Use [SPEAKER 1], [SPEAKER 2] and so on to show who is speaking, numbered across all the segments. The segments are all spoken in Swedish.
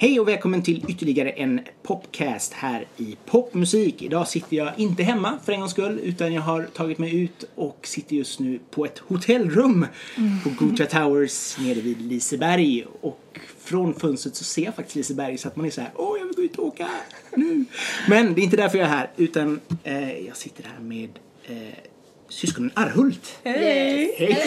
[SPEAKER 1] Hej och välkommen till ytterligare en popcast här i popmusik. Idag sitter jag inte hemma för en gångs skull utan jag har tagit mig ut och sitter just nu på ett hotellrum på Gotia Towers nere vid Liseberg. Och från fönstret så ser jag faktiskt Liseberg så att man är så här, åh jag vill gå ut och åka nu. Men det är inte därför jag är här utan eh, jag sitter här med eh, syskonen Arhult. Eh,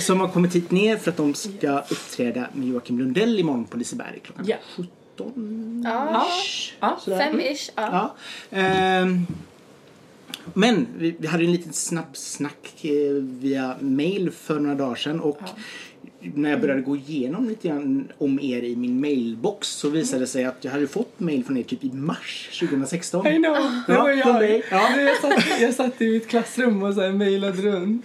[SPEAKER 1] som har kommit hit ner för att de ska uppträda med Joakim Lundell imorgon på Liseberg klockan
[SPEAKER 2] Ja.
[SPEAKER 1] 17.
[SPEAKER 3] Ja,
[SPEAKER 2] Ja,
[SPEAKER 1] sådär.
[SPEAKER 3] fem-ish. Ja.
[SPEAKER 1] Ja. Ehm, men vi, vi hade ju en liten snabbsnack eh, via mail för några dagar sedan och när jag började gå igenom lite grann om er i min mailbox så visade det sig att jag hade ju fått mail från er typ i mars 2016.
[SPEAKER 2] I know, det
[SPEAKER 1] Ja,
[SPEAKER 2] var
[SPEAKER 1] från
[SPEAKER 2] jag.
[SPEAKER 1] dig. Ja.
[SPEAKER 2] Det- Jag, satt, jag satt i mitt klassrum och så här mejlade runt.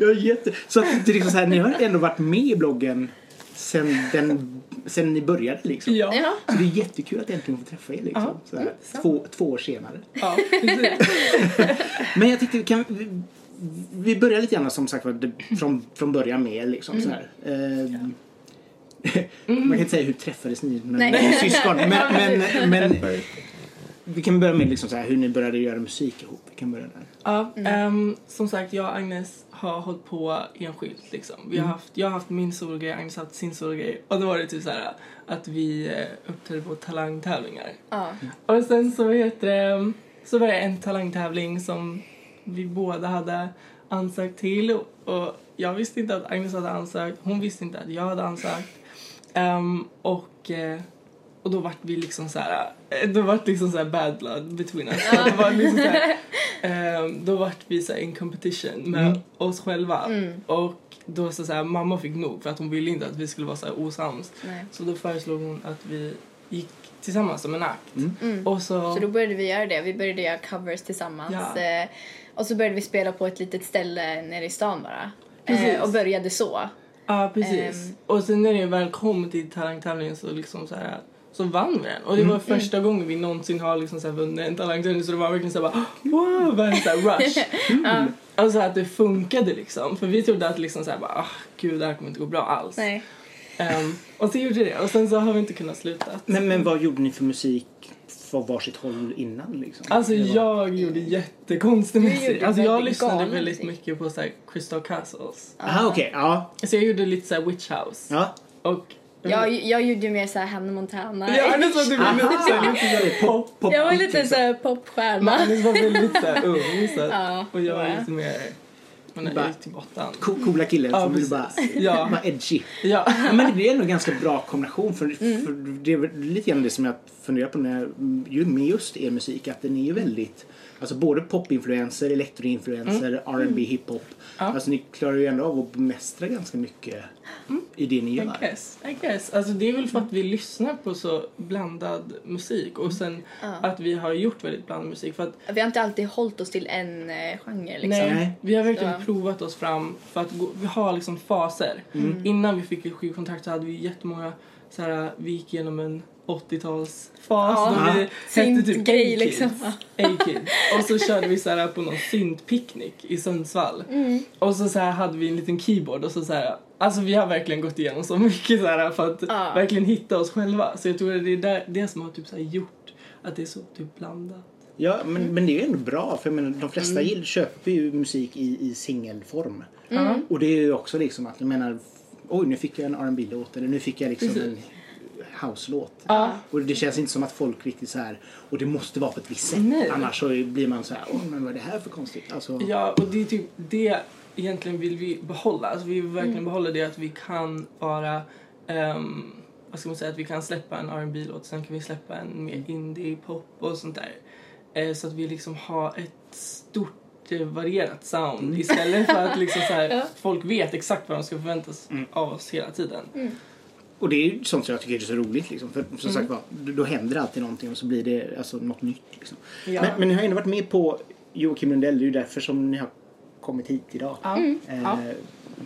[SPEAKER 1] Jag är jätte... Så att det är liksom så här, ni har ändå varit med i bloggen sen, den, sen ni började liksom.
[SPEAKER 2] Ja, ja.
[SPEAKER 3] Ja.
[SPEAKER 1] Så det är jättekul att äntligen få träffa er liksom.
[SPEAKER 2] Ja,
[SPEAKER 1] Sådär,
[SPEAKER 2] sant.
[SPEAKER 1] två, två år senare.
[SPEAKER 2] precis.
[SPEAKER 1] Men jag tänkte, kan vi, vi börjar lite grann som sagt var, det- från, från början med liksom sådär. Ehm, Man kan inte säga hur träffades ni när ni
[SPEAKER 3] Nej.
[SPEAKER 1] var syskon. Men, men, men
[SPEAKER 2] Träffades.
[SPEAKER 1] vi kan börja med liksom så här, hur ni började göra musik ihop. Vi kan börja där.
[SPEAKER 2] Ja, ehm, som sagt, jag och Agnes har hållit på enskilt. Liksom. Vi har haft, jag har haft min sologrej, Agnes har haft sin sologrej. Och då var det typ så här att vi eh, uppträdde på talangtävlingar.
[SPEAKER 3] Ja.
[SPEAKER 2] Och sen så heter det, så var det en talangtävling som vi båda hade ansökt till och jag visste inte att Agnes hade ansökt, hon visste inte att jag hade ansökt. Ehm, och, eh, och då vart vi liksom så här, eh, då vart liksom så här bad blood between us. Så det var liksom så här, ehm, då vart vi så här in competition med oss själva.
[SPEAKER 3] Mm.
[SPEAKER 2] Och då så, så här, mamma fick nog för att hon ville inte att vi skulle vara så här osams.
[SPEAKER 3] Nej.
[SPEAKER 2] Så då föreslog hon att vi gick tillsammans som en akt. Och så,
[SPEAKER 3] Mm. Så då började vi göra det. Vi började göra covers tillsammans.
[SPEAKER 2] Ja.
[SPEAKER 3] Eh, Och så började vi spela på ett litet ställe nere i stan bara.
[SPEAKER 2] Precis.
[SPEAKER 3] Eh, Och började så.
[SPEAKER 2] Ja, precis.
[SPEAKER 3] Ehm.
[SPEAKER 2] Och sen när jag väl kom till talangtävlingen så liksom så här så vann vi den. Och det
[SPEAKER 3] Mm.
[SPEAKER 2] var första gången vi någonsin har liksom så här vunnit en talangtävling så det var verkligen så här bara wow, världens så här rush. Mm. Alltså att det funkade liksom. För vi trodde att liksom så här bara ah, gud det här kommer inte gå bra alls.
[SPEAKER 3] Nej.
[SPEAKER 2] Ehm, och så gjorde det och sen så har vi inte kunnat sluta.
[SPEAKER 3] Mm.
[SPEAKER 1] Men, men vad gjorde ni för musik från varsitt håll innan liksom?
[SPEAKER 2] Alltså
[SPEAKER 1] Det var-
[SPEAKER 2] jag gjorde jättekonstig
[SPEAKER 3] Du
[SPEAKER 2] musik.
[SPEAKER 3] gjorde
[SPEAKER 2] Alltså jag
[SPEAKER 3] väldigt
[SPEAKER 2] lyssnade
[SPEAKER 3] galen
[SPEAKER 2] väldigt
[SPEAKER 3] musik.
[SPEAKER 2] mycket på så här Crystal Castles.
[SPEAKER 1] Aha, okej. Ja.
[SPEAKER 2] Så jag gjorde lite så här Witch House.
[SPEAKER 1] ja.
[SPEAKER 2] Och
[SPEAKER 3] Jag, jag gjorde ju mer såhär Hannah Montana.
[SPEAKER 2] Ja, Agnes var typ
[SPEAKER 1] Aha!
[SPEAKER 2] lite så Typ. här-
[SPEAKER 1] Pop, pop,
[SPEAKER 3] Jag var
[SPEAKER 1] pop,
[SPEAKER 3] lite
[SPEAKER 1] liksom.
[SPEAKER 3] såhär popstjärna.
[SPEAKER 2] Magnus var väldigt så här ung så att,
[SPEAKER 3] Ja,
[SPEAKER 2] och jag
[SPEAKER 3] det var
[SPEAKER 2] var
[SPEAKER 3] jag.
[SPEAKER 2] lite mer... typ Men jag
[SPEAKER 1] Bara-
[SPEAKER 2] gick till åttan.
[SPEAKER 1] Co- Coola killen
[SPEAKER 2] Ja,
[SPEAKER 1] som vill bara,
[SPEAKER 2] precis. Ja.
[SPEAKER 1] bara edgy.
[SPEAKER 2] Ja.
[SPEAKER 1] Ja, men det blir ändå en ganska bra kombination. För, för Det är väl lite grann det som jag funderar på när jag, ju med just er musik. Att den är ju väldigt, alltså både popinfluenser, elektroinfluenser, R&B, hiphop. Alltså ni klarar ju ändå av att bemästra ganska mycket i det ni
[SPEAKER 2] I
[SPEAKER 1] gör.
[SPEAKER 2] guess, I guess. Alltså det är väl för att vi lyssnar på så blandad musik och sen att vi har gjort väldigt blandad musik. För att,
[SPEAKER 3] Vi har inte alltid hållit oss till en eh, genre liksom.
[SPEAKER 2] nej,
[SPEAKER 1] Nej.
[SPEAKER 2] vi har verkligen
[SPEAKER 3] Ja.
[SPEAKER 2] provat oss fram för att gå, vi har liksom faser.
[SPEAKER 3] Mm.
[SPEAKER 2] Innan vi fick ett skivkontrakt så hade vi jättemånga så här, vi gick igenom en 80-talsfas
[SPEAKER 3] Ja.
[SPEAKER 2] då vi hette
[SPEAKER 3] Synt-
[SPEAKER 2] typ
[SPEAKER 3] grej,
[SPEAKER 2] A-Kids.
[SPEAKER 3] liksom.
[SPEAKER 2] A-Kid. Och så körde vi så här på någon syntpicknick i Sundsvall.
[SPEAKER 3] Mm.
[SPEAKER 2] Och så, så här hade vi en liten keyboard och så, så här, alltså vi har verkligen gått igenom så mycket så här för att
[SPEAKER 3] Ja.
[SPEAKER 2] verkligen hitta oss själva. Så jag tror att det är där, det som har typ så här gjort att det är så typ blandat.
[SPEAKER 1] Ja, men,
[SPEAKER 2] Mm.
[SPEAKER 1] men det är ju ändå bra. För jag menar, de flesta gill köper ju musik i, i singelform.
[SPEAKER 2] Ja.
[SPEAKER 1] Och det är ju också liksom att, jag menar, oj nu fick jag en rb låt eller nu fick jag liksom
[SPEAKER 2] Precis.
[SPEAKER 1] en house-låt.
[SPEAKER 2] Ja.
[SPEAKER 1] Och det känns inte som att folk riktigt så här, och det måste vara på ett visst sätt.
[SPEAKER 2] Nej.
[SPEAKER 1] Annars så blir man så här, åh men vad är det här för konstigt? Alltså,
[SPEAKER 2] Ja, och det är typ det egentligen vill vi behålla. Alltså vi vill verkligen
[SPEAKER 3] Mm.
[SPEAKER 2] behålla det att vi kan vara, ehm, vad ska man säga, att vi kan släppa en rb låt sen kan vi släppa en mer
[SPEAKER 3] Mm.
[SPEAKER 2] indie-pop och sånt där. Eh, så att vi liksom har ett stort eh, varierat sound
[SPEAKER 3] Mm.
[SPEAKER 2] istället för att liksom så här, folk vet exakt vad de ska förvänta sig av oss hela tiden.
[SPEAKER 3] Mm.
[SPEAKER 1] Och det är ju sånt som jag tycker är så roligt liksom. För som
[SPEAKER 2] Mm.
[SPEAKER 1] sagt var, då händer det alltid någonting och så blir det alltså, något nytt liksom.
[SPEAKER 2] Ja.
[SPEAKER 1] Men, men ni har ändå varit med på Joakim Lundell, det är ju därför som ni har kommit hit idag.
[SPEAKER 2] Ja.
[SPEAKER 3] Mm.
[SPEAKER 1] Eh,
[SPEAKER 2] Ja.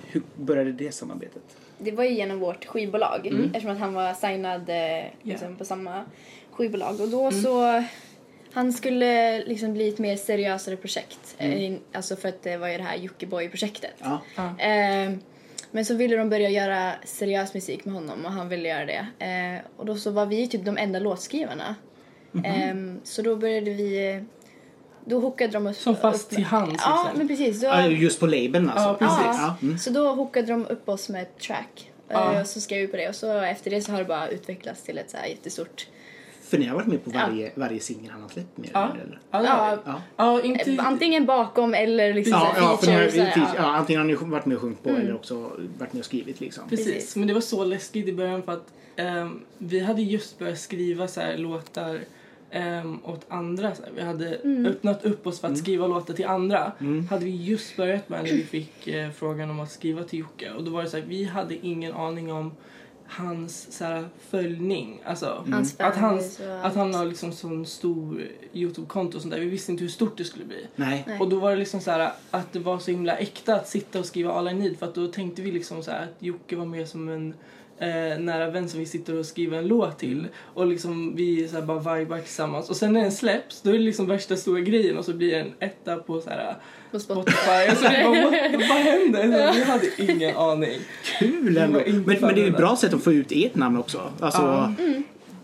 [SPEAKER 1] Hur började det samarbetet?
[SPEAKER 3] Det var ju genom vårt skivbolag eftersom att han var signad eh, liksom, på samma skivbolag. Och då så... Han skulle liksom bli ett mer seriösare projekt. Eh, Alltså för att det var ju det här Jockiboi-projektet.
[SPEAKER 1] Ja.
[SPEAKER 3] Eh, Men så ville de börja göra seriös musik med honom och han ville göra det. Eh, och då så var vi typ de enda låtskrivarna. Ehm, så då började vi... Då hookade de oss
[SPEAKER 2] Som fast till hands,
[SPEAKER 3] Ja,
[SPEAKER 2] liksom.
[SPEAKER 3] men precis. Då,
[SPEAKER 1] Ja, just på labeln alltså.
[SPEAKER 2] Ja, precis.
[SPEAKER 3] Ja.
[SPEAKER 1] Mm.
[SPEAKER 3] Så då hookade de upp oss med ett track.
[SPEAKER 2] Ja.
[SPEAKER 3] Eh, och så skrev vi på det och så efter det så har det bara utvecklats till ett så här jättestort...
[SPEAKER 1] För ni har varit med på varje, varje singel han har släppt mer eller
[SPEAKER 2] Ja,
[SPEAKER 1] mindre, eller?
[SPEAKER 2] ja, det har vi.
[SPEAKER 1] Ja.
[SPEAKER 2] ja inte...
[SPEAKER 3] Eh, Antingen bakom eller liksom
[SPEAKER 1] Ja, ja, för ni har,
[SPEAKER 3] features. så här,
[SPEAKER 1] feature- ja, antingen har ni varit med och sjungit på eller också varit med och skrivit liksom.
[SPEAKER 2] Mm. Precis.
[SPEAKER 3] Precis.
[SPEAKER 2] men det var så läskigt i början för att ehm, vi hade just börjat skriva så här, låtar ehm, åt andra. Så här. Vi hade
[SPEAKER 3] Mm.
[SPEAKER 2] öppnat upp oss för att skriva låtar till andra. hade vi just börjat med när vi fick eh, frågan om att skriva till Jocke. Och då var det så här, vi hade ingen aning om hans så här, följning. Alltså,
[SPEAKER 3] Hans
[SPEAKER 2] att, hans,
[SPEAKER 3] fanbase och allt.
[SPEAKER 2] att han har liksom sån stor Youtube-konto och sånt där. Vi visste inte hur stort det skulle bli.
[SPEAKER 1] Nej.
[SPEAKER 3] Nej.
[SPEAKER 2] Och då var det liksom så här att det var så himla äkta att sitta och skriva All I Need för att då tänkte vi liksom så här att Jocke var mer som en eh, nära vän som vi sitter och skriver en låt till och liksom vi så här bara vibar tillsammans och sen när den släpps då är det liksom värsta stora grejen och så blir den etta på så här eh,
[SPEAKER 3] På Spotify.
[SPEAKER 2] Spotify och så det bara, vad, vad händer? Så vi hade ingen aning.
[SPEAKER 1] Kul ändå!
[SPEAKER 2] Det var
[SPEAKER 1] Men,
[SPEAKER 2] inte
[SPEAKER 1] men det är ju ett
[SPEAKER 2] förberett.
[SPEAKER 1] bra sätt att få ut ert namn också. Alltså,
[SPEAKER 2] Mm.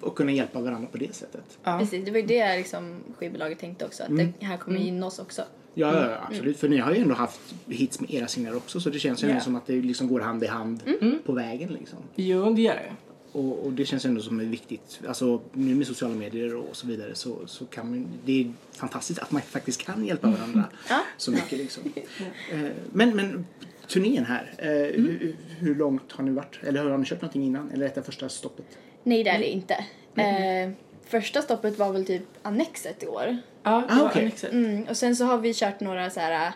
[SPEAKER 1] Och kunna hjälpa varandra på det sättet.
[SPEAKER 2] Ja.
[SPEAKER 3] Precis, det var ju det liksom skivbolaget tänkte också. Att det här kommer gynna oss också.
[SPEAKER 1] Ja,
[SPEAKER 2] Mm.
[SPEAKER 1] ja, ja, absolut. För ni har ju ändå haft hits med era singlar också så det känns ju
[SPEAKER 2] Ja. Mm.
[SPEAKER 1] ändå som att det liksom går hand i hand på vägen liksom.
[SPEAKER 2] Jo, det gör det.
[SPEAKER 1] Och, och det känns ändå som viktigt. Alltså nu med sociala medier och så vidare så, så kan man Det är fantastiskt att man faktiskt kan hjälpa varandra
[SPEAKER 3] Ja.
[SPEAKER 1] så mycket liksom. Eh, Men, men turnén här. eh, Hur, hur långt har ni varit? Eller har ni köpt någonting innan? Eller detta första stoppet?
[SPEAKER 3] Nej, det är det inte. Eh, första stoppet var väl typ Annexet i år.
[SPEAKER 2] Ja, det
[SPEAKER 1] Ah,
[SPEAKER 2] var
[SPEAKER 1] okej.
[SPEAKER 2] Annexet.
[SPEAKER 3] Mm, och sen så har vi kört några så här,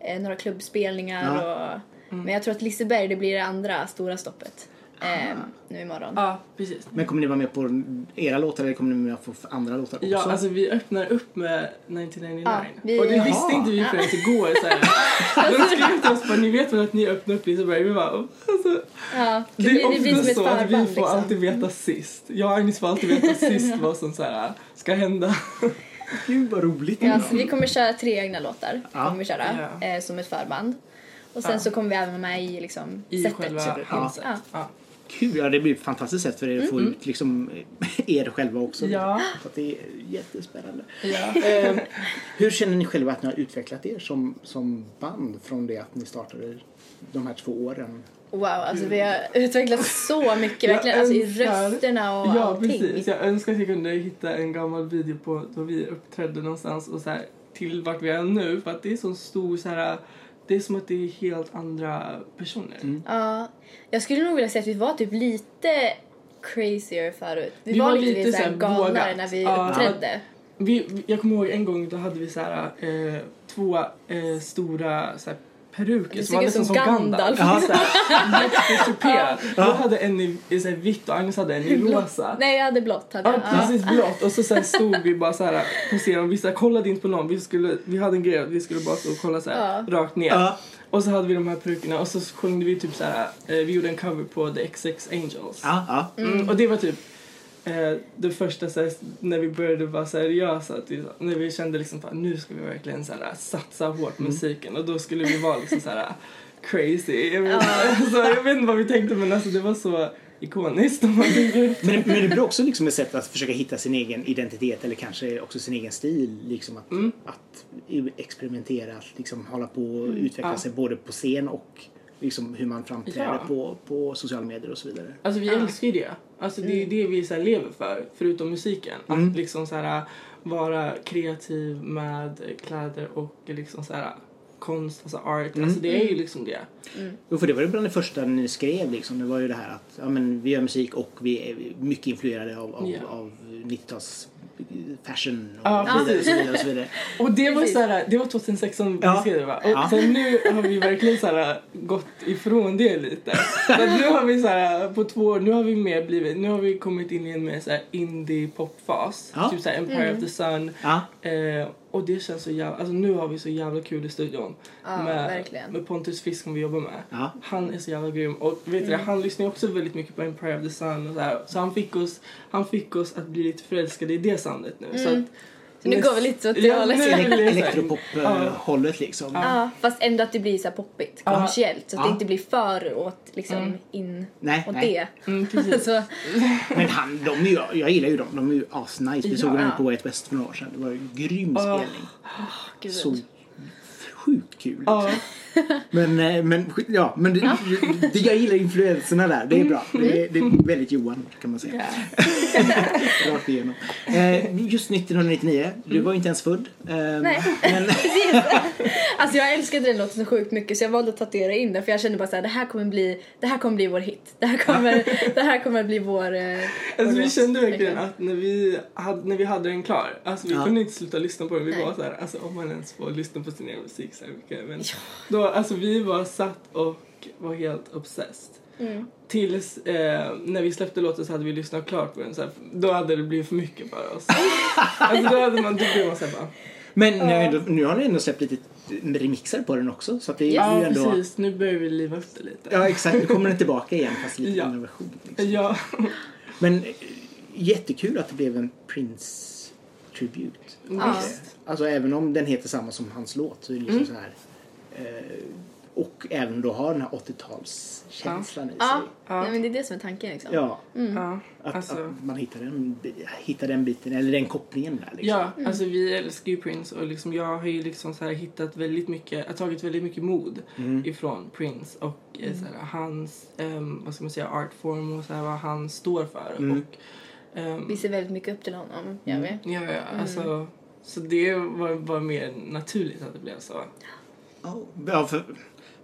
[SPEAKER 3] eh, några klubbspelningar och Men jag tror att Liseberg det blir det andra stora stoppet. Eh, nu imorgon.
[SPEAKER 2] Ja, precis.
[SPEAKER 1] Men kommer ni vara med på era låtar eller kommer ni vara med på andra låtar också?
[SPEAKER 2] Ja, alltså vi öppnar upp med 1999.
[SPEAKER 3] Ja, vi-
[SPEAKER 2] Och det
[SPEAKER 1] Jaha.
[SPEAKER 2] visste inte vi förrän igår. Så här. De skrev till oss bara, ni vet väl att ni öppnar upp Liseberg? Vi bara, alltså,
[SPEAKER 3] Ja,
[SPEAKER 2] det är
[SPEAKER 3] blir- det blir
[SPEAKER 2] ofta
[SPEAKER 3] som ett
[SPEAKER 2] så att vi får
[SPEAKER 3] förband liksom.
[SPEAKER 2] alltid veta sist. Jag och Agnes får alltid veta sist vad som så här, ska hända.
[SPEAKER 1] Gud vad roligt!
[SPEAKER 3] Ja, så vi kommer köra tre egna låtar
[SPEAKER 1] Ja.
[SPEAKER 3] kommer vi köra,
[SPEAKER 2] Ja.
[SPEAKER 3] eh, som ett förband. Och sen
[SPEAKER 2] Ja.
[SPEAKER 3] så kommer vi även vara med i, liksom,
[SPEAKER 2] I
[SPEAKER 3] setet.
[SPEAKER 2] själva handset.
[SPEAKER 3] Ja.
[SPEAKER 2] Ja.
[SPEAKER 1] Kul! Ja, det blir ett fantastiskt sätt för er att få ut liksom, er själva också.
[SPEAKER 2] Ja.
[SPEAKER 1] Så att det är jättespännande.
[SPEAKER 2] Ja.
[SPEAKER 1] Eh, hur känner ni själva att ni har utvecklat er som, som band från det att ni startade de här två åren?
[SPEAKER 3] Wow, alltså vi har utvecklats så mycket
[SPEAKER 2] Jag
[SPEAKER 3] verkligen. Alltså i
[SPEAKER 2] önskar-
[SPEAKER 3] rösterna och
[SPEAKER 2] Ja,
[SPEAKER 3] allting.
[SPEAKER 2] precis. Jag önskar att jag kunde hitta en gammal video på då vi uppträdde någonstans och så här, till vart vi är nu. För att det är så stor så här, det är som att det är helt andra personer.
[SPEAKER 3] Ja, jag skulle nog vilja säga att vi var typ lite crazier förut. Vi,
[SPEAKER 2] Vi
[SPEAKER 3] var,
[SPEAKER 2] var
[SPEAKER 3] lite,
[SPEAKER 2] lite
[SPEAKER 3] så här
[SPEAKER 2] så här
[SPEAKER 3] galnare
[SPEAKER 2] vågat.
[SPEAKER 3] när vi
[SPEAKER 2] Ja.
[SPEAKER 3] uppträdde.
[SPEAKER 2] Vi, vi- jag kommer ihåg en gång då hade vi så här, eh, två eh, stora så här, peruker
[SPEAKER 3] Det
[SPEAKER 2] som var
[SPEAKER 3] såg ut
[SPEAKER 2] nästan
[SPEAKER 3] som
[SPEAKER 2] som Gandalf.
[SPEAKER 3] Gandalf.
[SPEAKER 1] Jaha, så här.
[SPEAKER 2] Jättekuperad. Jag hade en i, i så här, vitt och Agnes hade en i rosa.
[SPEAKER 3] Nej, jag hade blått. Hade
[SPEAKER 2] Ja,
[SPEAKER 3] jag. Ja.
[SPEAKER 2] precis blått. Och så, så här, stod vi bara så här på scenen. Vi så här, kollade inte på någon. Vi, skulle, vi hade en grej att vi skulle bara stå och kolla så här, rakt ner.
[SPEAKER 1] Ja.
[SPEAKER 2] Och så hade vi de här perukerna och så sjöng vi typ så här. Eh, vi gjorde en cover på The XX Angels.
[SPEAKER 1] Ja, ja.
[SPEAKER 2] Mm. Och det var typ eh, det första så här, när vi började vara seriösa. Att vi, när vi kände liksom att nu ska vi verkligen så här, satsa hårt på musiken. Och då skulle vi vara liksom så här crazy. Jag vet, alltså, jag vet inte vad vi tänkte men alltså det var så ikoniskt om man tänker efter.
[SPEAKER 1] Men, men det blir också liksom ett sätt att försöka hitta sin egen identitet eller kanske också sin egen stil. Liksom att,
[SPEAKER 2] Mm.
[SPEAKER 1] att experimentera, att liksom hålla på och utveckla
[SPEAKER 2] Mm. Ja.
[SPEAKER 1] sig både på scen och liksom hur man framträder
[SPEAKER 2] Ja.
[SPEAKER 1] på, på sociala medier och så vidare.
[SPEAKER 2] Alltså vi älskar ju det. Alltså det är ju det vi så här lever för, förutom musiken. Att liksom så här vara kreativ med kläder och liksom så här konst, alltså art. Alltså det är ju liksom det.
[SPEAKER 1] Jo, för det var ju bland det första ni skrev liksom. Det var ju det här att ja, men, vi gör musik och vi är mycket influerade av, av,
[SPEAKER 2] Ja.
[SPEAKER 1] av 90-tals fashion och,
[SPEAKER 2] Ja,
[SPEAKER 1] så vidare, och
[SPEAKER 2] precis.
[SPEAKER 1] så vidare. Och så vidare.
[SPEAKER 2] Och det var,
[SPEAKER 3] Precis.
[SPEAKER 2] såhär, det var 2016
[SPEAKER 1] Ja.
[SPEAKER 2] vi skrev det va? Och
[SPEAKER 1] Ja.
[SPEAKER 2] sen nu har vi verkligen såhär, gått ifrån det lite. Så att nu har vi såhär, på två år, nu har vi mer blivit, nu har vi kommit in i en mer såhär indie popfas.
[SPEAKER 1] Ja.
[SPEAKER 2] Typ såhär Empire
[SPEAKER 3] Mm.
[SPEAKER 2] of the Sun.
[SPEAKER 1] Ja.
[SPEAKER 2] Eh, och det känns så jävla, alltså nu har vi så jävla kul i studion.
[SPEAKER 3] Ja,
[SPEAKER 2] med,
[SPEAKER 3] verkligen.
[SPEAKER 2] med Pontus Fisk som vi jobbar med.
[SPEAKER 1] Ja.
[SPEAKER 2] Han är så jävla grym. Och vet du, det,
[SPEAKER 3] Mm.
[SPEAKER 2] han lyssnar ju också väldigt mycket på Empire of the Sun och såhär. Så han fick oss, han fick oss att bli lite förälskade i det soundet nu. Så att,
[SPEAKER 3] Mm. Nu går vi lite åt det
[SPEAKER 2] Ja,
[SPEAKER 3] hållet.
[SPEAKER 2] nu är det lite- Ja.
[SPEAKER 1] Elektropop-hållet liksom.
[SPEAKER 3] Ja, fast ändå att det blir så här poppigt, kommersiellt. Så att
[SPEAKER 1] Ja.
[SPEAKER 3] det inte blir för åt liksom in
[SPEAKER 1] Nej,
[SPEAKER 3] åt
[SPEAKER 1] nej.
[SPEAKER 2] Mm,
[SPEAKER 3] det.
[SPEAKER 2] precis.
[SPEAKER 3] Så,
[SPEAKER 1] Men han, de är ju, jag gillar ju dem. De är ju asnice. Vi
[SPEAKER 2] Ja.
[SPEAKER 1] såg dem på Way Out West för några år sedan. Det var ju en grym
[SPEAKER 2] Ja.
[SPEAKER 1] spelning.
[SPEAKER 3] gud.
[SPEAKER 1] Så sjukt kul.
[SPEAKER 2] Ja,
[SPEAKER 1] Men, eh, men, sk- ja, men det, det, jag gillar influenserna där. Det är bra. Det är, det
[SPEAKER 2] Mm.
[SPEAKER 1] är väldigt Johan kan man säga.
[SPEAKER 2] ja.
[SPEAKER 1] Rakt igenom. Eh, just 1999. Du var ju inte ens född. Eh,
[SPEAKER 3] Nej.
[SPEAKER 1] Men,
[SPEAKER 3] Alltså jag älskade den låten så sjukt mycket så jag valde att tatuera in den för jag kände bara så här, det här kommer bli, det här kommer bli vår hit. Det här kommer, det här kommer bli vår... eh,
[SPEAKER 2] Alltså,
[SPEAKER 3] vår
[SPEAKER 2] vi
[SPEAKER 3] låt,
[SPEAKER 2] kände verkligen att när vi hade, när vi hade den klar, alltså, vi
[SPEAKER 1] Ja.
[SPEAKER 2] kunde inte sluta lyssna på den. Vi
[SPEAKER 3] Nej.
[SPEAKER 2] var så här, alltså, om man ens får lyssna på sin egen musik så här mycket. Men då, alltså, vi var satt och var helt obsessed. Tills eh, när vi släppte låten så hade vi lyssnat klart på den. Så här, då hade det blivit för mycket för oss. alltså, då hade man, då blev man så här, bara,
[SPEAKER 1] men nu, har jag ändå, nu har ni ändå släppt lite remixer på den också. Så att det är
[SPEAKER 2] ja
[SPEAKER 1] ju ändå...
[SPEAKER 2] precis, nu börjar vi liva upp det lite.
[SPEAKER 1] Ja exakt, nu kommer den tillbaka igen fast lite
[SPEAKER 2] Ja.
[SPEAKER 1] annan version. Liksom.
[SPEAKER 2] Ja,
[SPEAKER 1] Men eh, jättekul att det blev en Prince tribute.
[SPEAKER 2] visst.
[SPEAKER 1] Alltså även om den heter samma som hans låt så är det liksom
[SPEAKER 2] Mm.
[SPEAKER 1] så här. Eh, och även då har den här 80-talskänslan i
[SPEAKER 3] Ja,
[SPEAKER 1] sig.
[SPEAKER 3] Nej, men det är det som är tanken liksom.
[SPEAKER 1] Ja,
[SPEAKER 2] Ja,
[SPEAKER 1] att,
[SPEAKER 2] alltså.
[SPEAKER 1] att man hittar den, hittar den biten eller den kopplingen där liksom.
[SPEAKER 2] Ja, alltså vi älskar ju Prince och liksom jag har ju liksom så här hittat väldigt mycket, jag har tagit väldigt mycket mod
[SPEAKER 1] Mm.
[SPEAKER 2] ifrån Prince och eh, så här, hans, ehm, vad ska man säga, artform och så här, vad han står för.
[SPEAKER 1] Mm.
[SPEAKER 2] Och, ehm,
[SPEAKER 3] Vi ser väldigt mycket upp till honom, Mm. gör vi.
[SPEAKER 2] ja, ja,
[SPEAKER 1] Mm.
[SPEAKER 2] alltså, så det var, var mer naturligt att det blev så.
[SPEAKER 1] Ja, för,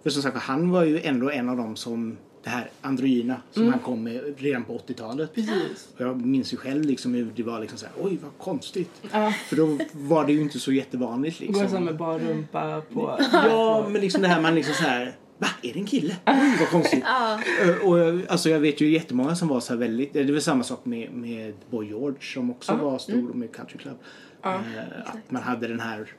[SPEAKER 1] för som sagt han var ju ändå en av dem som det här androgyna som
[SPEAKER 2] Mm.
[SPEAKER 1] han kom med redan på 80-talet.
[SPEAKER 2] Precis.
[SPEAKER 1] Och Jag minns ju själv liksom hur det var liksom så här, oj vad konstigt.
[SPEAKER 2] Ja,
[SPEAKER 1] För då var det ju inte så jättevanligt
[SPEAKER 2] går så här
[SPEAKER 1] liksom.
[SPEAKER 2] med bar rumpa på...
[SPEAKER 1] Ja, men liksom det här man liksom så här, va? Är det en kille? Oj, vad konstigt. Ö, Och jag, alltså jag vet ju jättemånga som var så här väldigt, eh, det var samma sak med, med Boy George som också var stor med Country Club. Eh, att man hade den här,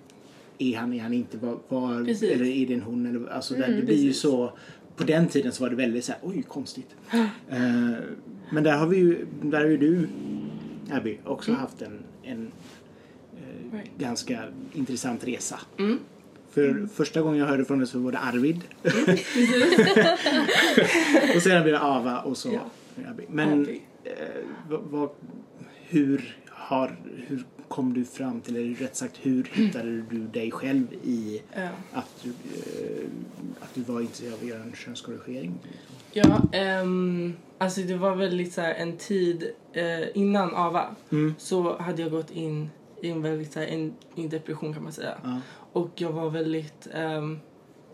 [SPEAKER 1] är han, är han inte, var, var,
[SPEAKER 2] Precis.
[SPEAKER 1] eller är det en hon? Eller, alltså det, det blir ju så, på den tiden så var det väldigt så här, oj konstigt. Eh, men där har vi ju, där har ju du Abby också haft en, en
[SPEAKER 2] Right.
[SPEAKER 1] ganska intressant resa. För första gången jag hörde från det så var det Arvid. och sen blev det Ava och så Abby. Men
[SPEAKER 2] Abby.
[SPEAKER 1] eh, vad, vad, hur, har, hur kom du fram till, eller rätt sagt hur hittade du dig själv i
[SPEAKER 2] Ja.
[SPEAKER 1] att, du, eh, att du var intresserad av att göra en könskorrigering?
[SPEAKER 2] Ja, ehm, alltså det var väldigt så här en tid eh, innan AVA så hade jag gått in i en väldigt så här, en, i en depression kan man säga. Och jag var väldigt, ehm,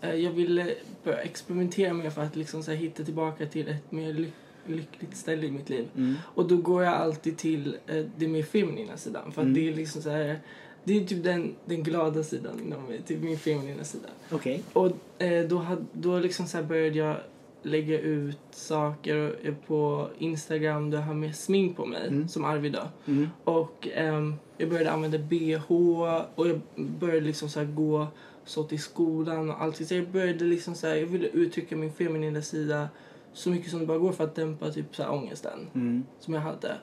[SPEAKER 2] eh, jag ville börja experimentera mer för att liksom så här, hitta tillbaka till ett mer ly- lyckligt ställe i mitt liv.
[SPEAKER 1] Mm.
[SPEAKER 2] Och då går jag alltid till eh, det mer feminina sidan för att det är liksom så här, det är typ den, den glada sidan inom mig, typ min feminina sida.
[SPEAKER 1] Okej.
[SPEAKER 2] Och eh, då, hade, då liksom så här började jag lägga ut saker eh, på Instagram där jag har med smink på mig, som Arvid då.
[SPEAKER 1] Mm.
[SPEAKER 2] Och ehm, jag började använda bh och jag började liksom så här gå så till skolan och allt. Så jag började liksom så här, jag ville uttrycka min feminina sida så mycket som det bara går för att dämpa typ så här ångesten
[SPEAKER 1] Mm.
[SPEAKER 2] som jag hade.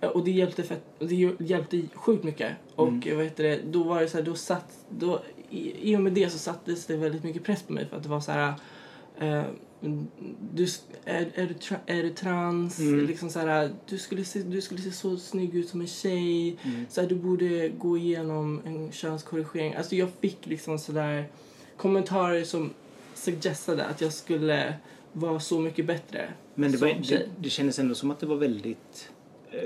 [SPEAKER 2] Eh, Och det hjälpte, fett, det ju- hjälpte sjukt mycket. Och mm. vad heter det, då var det så här, då satt, då, i, i och med det så sattes det väldigt mycket press på mig för att det var så här eh, du, s- är, är, du tra, är du trans? Liksom så här, du, skulle se, du skulle se så snygg ut som en tjej. Så här, du borde gå igenom en könskorrigering. Alltså jag fick liksom sådär kommentarer som suggestade att jag skulle vara så mycket bättre.
[SPEAKER 1] Men det,
[SPEAKER 2] som
[SPEAKER 1] var,
[SPEAKER 2] tjej.
[SPEAKER 1] det, det kändes ändå som att det var väldigt eh,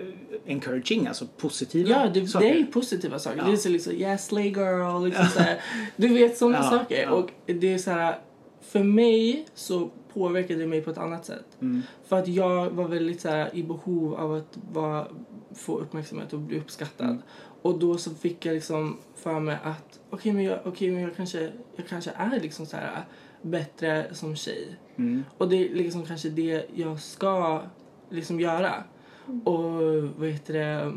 [SPEAKER 1] encouraging, alltså positiva
[SPEAKER 2] Ja, det,
[SPEAKER 1] saker.
[SPEAKER 2] det är ju positiva saker.
[SPEAKER 1] Ja.
[SPEAKER 2] Det är så liksom, yes, slay girl, liksom såhär. Du vet sådana
[SPEAKER 1] Ja,
[SPEAKER 2] saker.
[SPEAKER 1] ja.
[SPEAKER 2] Och det är så här, för mig så påverkade det mig på ett annat sätt.
[SPEAKER 1] Mm.
[SPEAKER 2] För att jag var väldigt så här, i behov av att vara, få uppmärksamhet och bli uppskattad.
[SPEAKER 1] Mm.
[SPEAKER 2] Och då så fick jag liksom för mig att okej, men, jag, okej, men jag, kanske, jag kanske är liksom så här bättre som tjej.
[SPEAKER 1] Mm.
[SPEAKER 2] Och det är liksom kanske det jag ska liksom göra. Och vad heter det?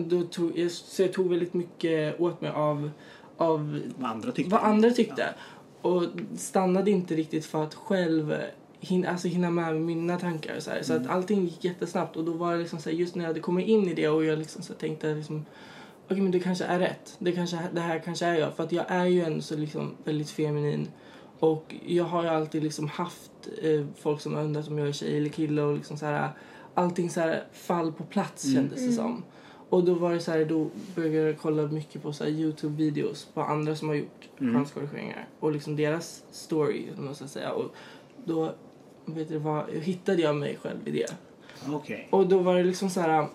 [SPEAKER 2] Då tog, jag, så jag tog väldigt mycket åt mig av, av
[SPEAKER 1] Vad andra tyckte.
[SPEAKER 2] vad andra tyckte. Och stannade inte riktigt för att själv hin, alltså hinna med mina tankar. Så, här. så att allting gick jättesnabbt. Och då var det liksom så här, just när jag hade kommit in i det och jag liksom så här tänkte liksom, okej okej men det kanske är rätt. Det, kanske, det här kanske är jag. För att jag är ju en så liksom väldigt feminin. Och jag har ju alltid liksom haft eh, folk som har undrat om jag är tjej eller kille och liksom så här, allting så här fall på plats kändes det som. Och då var det så här, då började jag kolla mycket på så här Youtube-videos på andra som har gjort chanskorrigeringar och liksom deras story, om man ska säga. Och då vet du, vad, hittade jag mig själv i det.
[SPEAKER 1] Okej.
[SPEAKER 2] Och då var det liksom så här...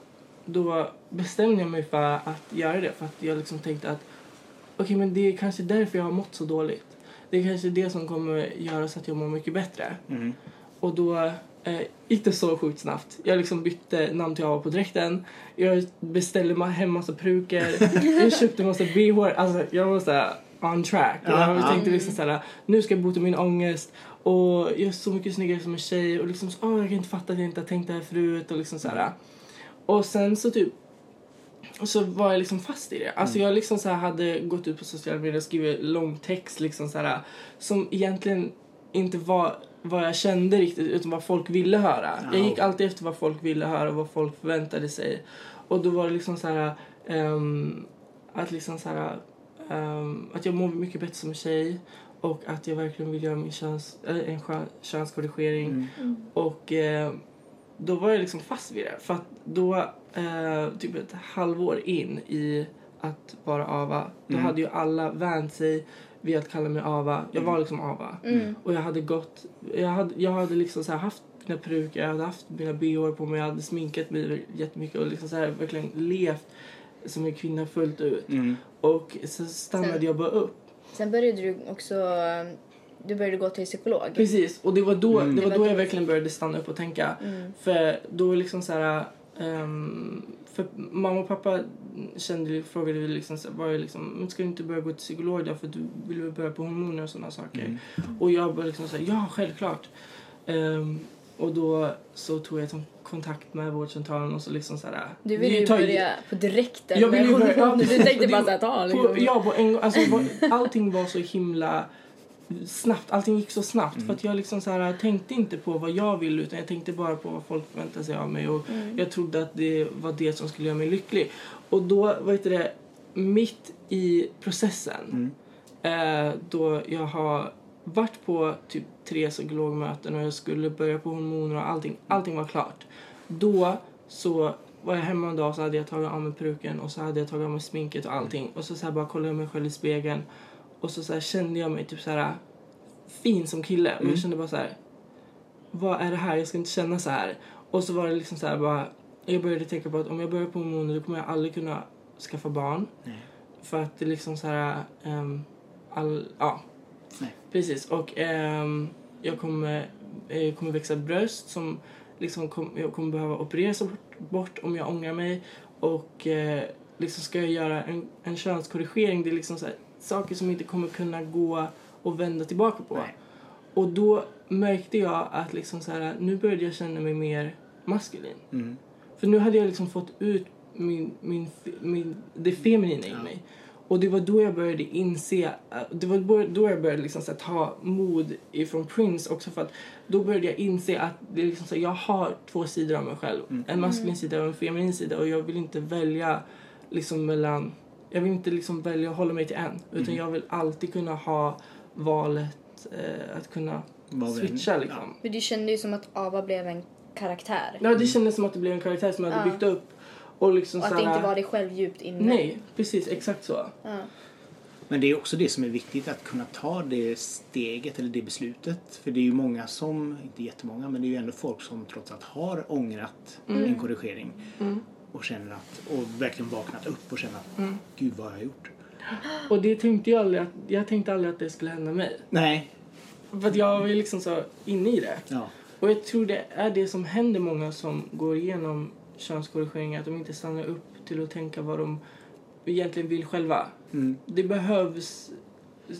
[SPEAKER 2] Då bestämde jag mig för att göra det. För att jag liksom tänkte att okej men det är kanske därför jag har mått så dåligt. Det är kanske det som kommer göra så att jag mår mycket bättre.
[SPEAKER 1] Mm.
[SPEAKER 2] Och då eh, gick det så sjukt snabbt. Jag liksom bytte namn till Ava på dräkten. Jag beställde ma- hem massa peruker. jag köpte massa bh. Alltså jag var såhär on track.
[SPEAKER 1] Ja,
[SPEAKER 2] jag
[SPEAKER 1] ja.
[SPEAKER 2] tänkte liksom såhär, nu ska jag bota min ångest. Och jag är så mycket snyggare som en tjej. Och liksom så, "Åh, jag kan inte fatta att jag inte har tänkt det här förut. Och liksom såhär. Och sen så typ och så var jag liksom fast i det. Alltså jag liksom så här hade gått ut på sociala medier och skrivit lång text liksom så här, som egentligen inte var vad jag kände riktigt utan vad folk ville höra. Jag gick alltid efter vad folk ville höra och vad folk förväntade sig. Och då var det liksom så här ehm, att liksom så här ehm, att jag mår mycket bättre som tjej och att jag verkligen vill göra min köns, äh, en skö- könskorrigering.
[SPEAKER 1] Mm.
[SPEAKER 2] Och eh, då var jag liksom fast vid det. För att då, eh, typ ett halvår in i att vara Ava, då
[SPEAKER 3] Mm.
[SPEAKER 2] hade ju alla vänt sig vid att kalla mig Ava. Jag
[SPEAKER 3] Mm.
[SPEAKER 2] var liksom Ava. Och jag hade gått, jag hade, jag hade liksom så här haft mina peruker, jag hade haft mina bh på mig, jag hade sminkat mig jättemycket och liksom så här verkligen levt som en kvinna fullt ut.
[SPEAKER 1] Mm.
[SPEAKER 2] Och så stannade
[SPEAKER 3] Sen-
[SPEAKER 2] jag bara upp.
[SPEAKER 3] Sen började du också... Du började gå till psykolog.
[SPEAKER 2] Precis, och det var då, det var
[SPEAKER 3] Mm. Det
[SPEAKER 2] då
[SPEAKER 3] var
[SPEAKER 2] jag
[SPEAKER 3] då.
[SPEAKER 2] verkligen började stanna upp och tänka.
[SPEAKER 3] Mm.
[SPEAKER 2] För då liksom så här... ehm, för mamma och pappa kände, ju- frågade vi liksom, så här, var ju liksom, "Men ska du inte börja gå till psykolog då? För du vill väl börja på hormoner och sådana saker. Och jag bara liksom så här, ja självklart. Ehm, och då så tog jag liksom kontakt med vårdcentralen och så liksom så här.
[SPEAKER 3] Du ville
[SPEAKER 2] "Ni
[SPEAKER 3] ju
[SPEAKER 2] tar-
[SPEAKER 3] börja på direkten.
[SPEAKER 2] jag ville ju
[SPEAKER 3] med
[SPEAKER 2] börja... ja,
[SPEAKER 3] hormoner.
[SPEAKER 2] precis.
[SPEAKER 3] Du
[SPEAKER 2] Och det-
[SPEAKER 3] tänkte bara såhär,
[SPEAKER 2] på,
[SPEAKER 3] ta liksom.
[SPEAKER 2] ja, på en gång. Alltså, det var, allting var så himla snabbt. Allting gick så snabbt. För att jag liksom så här, tänkte inte på vad jag ville utan jag tänkte bara på vad folk förväntade sig av mig. Och Jag trodde att det var det som skulle göra mig lycklig. Och då, vad heter det, mitt i processen eh, då jag har varit på typ tre psykologmöten och jag skulle börja på hormoner och allting, allting var klart. Då så var jag hemma en dag och så hade jag tagit av mig peruken och så hade jag tagit av mig sminket och allting och så, så här bara kollade jag mig själv i spegeln och så, så här kände jag mig typ så här fin som kille och jag kände bara så här vad är det här? Jag ska inte känna så här. Och så var det liksom så här bara, jag började tänka på att om jag börjar på hormoner då kommer jag aldrig kunna skaffa barn. För att det är liksom så här, ehm, all, ja.
[SPEAKER 1] Nej.
[SPEAKER 2] Precis, och ehm, jag kommer, eh, kommer växa bröst som liksom kom, jag kommer behöva opereras bort, bort om jag ångrar mig. Och eh, liksom ska jag göra en, en könskorrigering, det är liksom så här, saker som inte kommer kunna gå och vända tillbaka på.
[SPEAKER 1] Nej.
[SPEAKER 2] Och då märkte jag att liksom så här, nu började jag känna mig mer maskulin.
[SPEAKER 1] Mm.
[SPEAKER 2] För nu hade jag liksom fått ut min, min, min, det feminina i mig. Och det var då jag började inse, eh, det var då- då jag började liksom så här, ta mod ifrån Prince också för att då började jag inse att det är liksom så här, jag har två sidor av mig själv. En maskulin sida och en feminin sida och jag vill inte välja liksom mellan, jag vill inte liksom välja att hålla mig till en utan jag vill alltid kunna ha valet eh, att kunna
[SPEAKER 1] Vad vi-
[SPEAKER 2] switcha liksom.
[SPEAKER 3] Men du kände ju som att Ava blev en karaktär.
[SPEAKER 2] Ja, det kändes som att det blev en karaktär som jag hade byggt upp och liksom
[SPEAKER 3] Och att det
[SPEAKER 2] såhär-
[SPEAKER 3] inte var dig själv djupt inne.
[SPEAKER 2] Nej, Ah. precis. Exakt så.
[SPEAKER 1] Men det är också det som är viktigt, att kunna ta det steget eller det beslutet. För det är ju många som, inte jättemånga, men det är ju ändå folk som trots allt har ångrat
[SPEAKER 2] Mm.
[SPEAKER 1] en korrigering. Och känner att, och verkligen vaknat upp och känner att
[SPEAKER 2] Mm.
[SPEAKER 1] gud vad har jag gjort?
[SPEAKER 2] Och det tänkte jag aldrig att, jag tänkte aldrig att det skulle hända mig.
[SPEAKER 1] Nej,
[SPEAKER 2] För att jag var ju liksom så inne i det.
[SPEAKER 1] ja.
[SPEAKER 2] Och jag tror det är det som händer många som går igenom könskorrigeringar, att de inte stannar upp till att tänka vad de egentligen vill själva.
[SPEAKER 1] Mm.
[SPEAKER 2] Det behövs,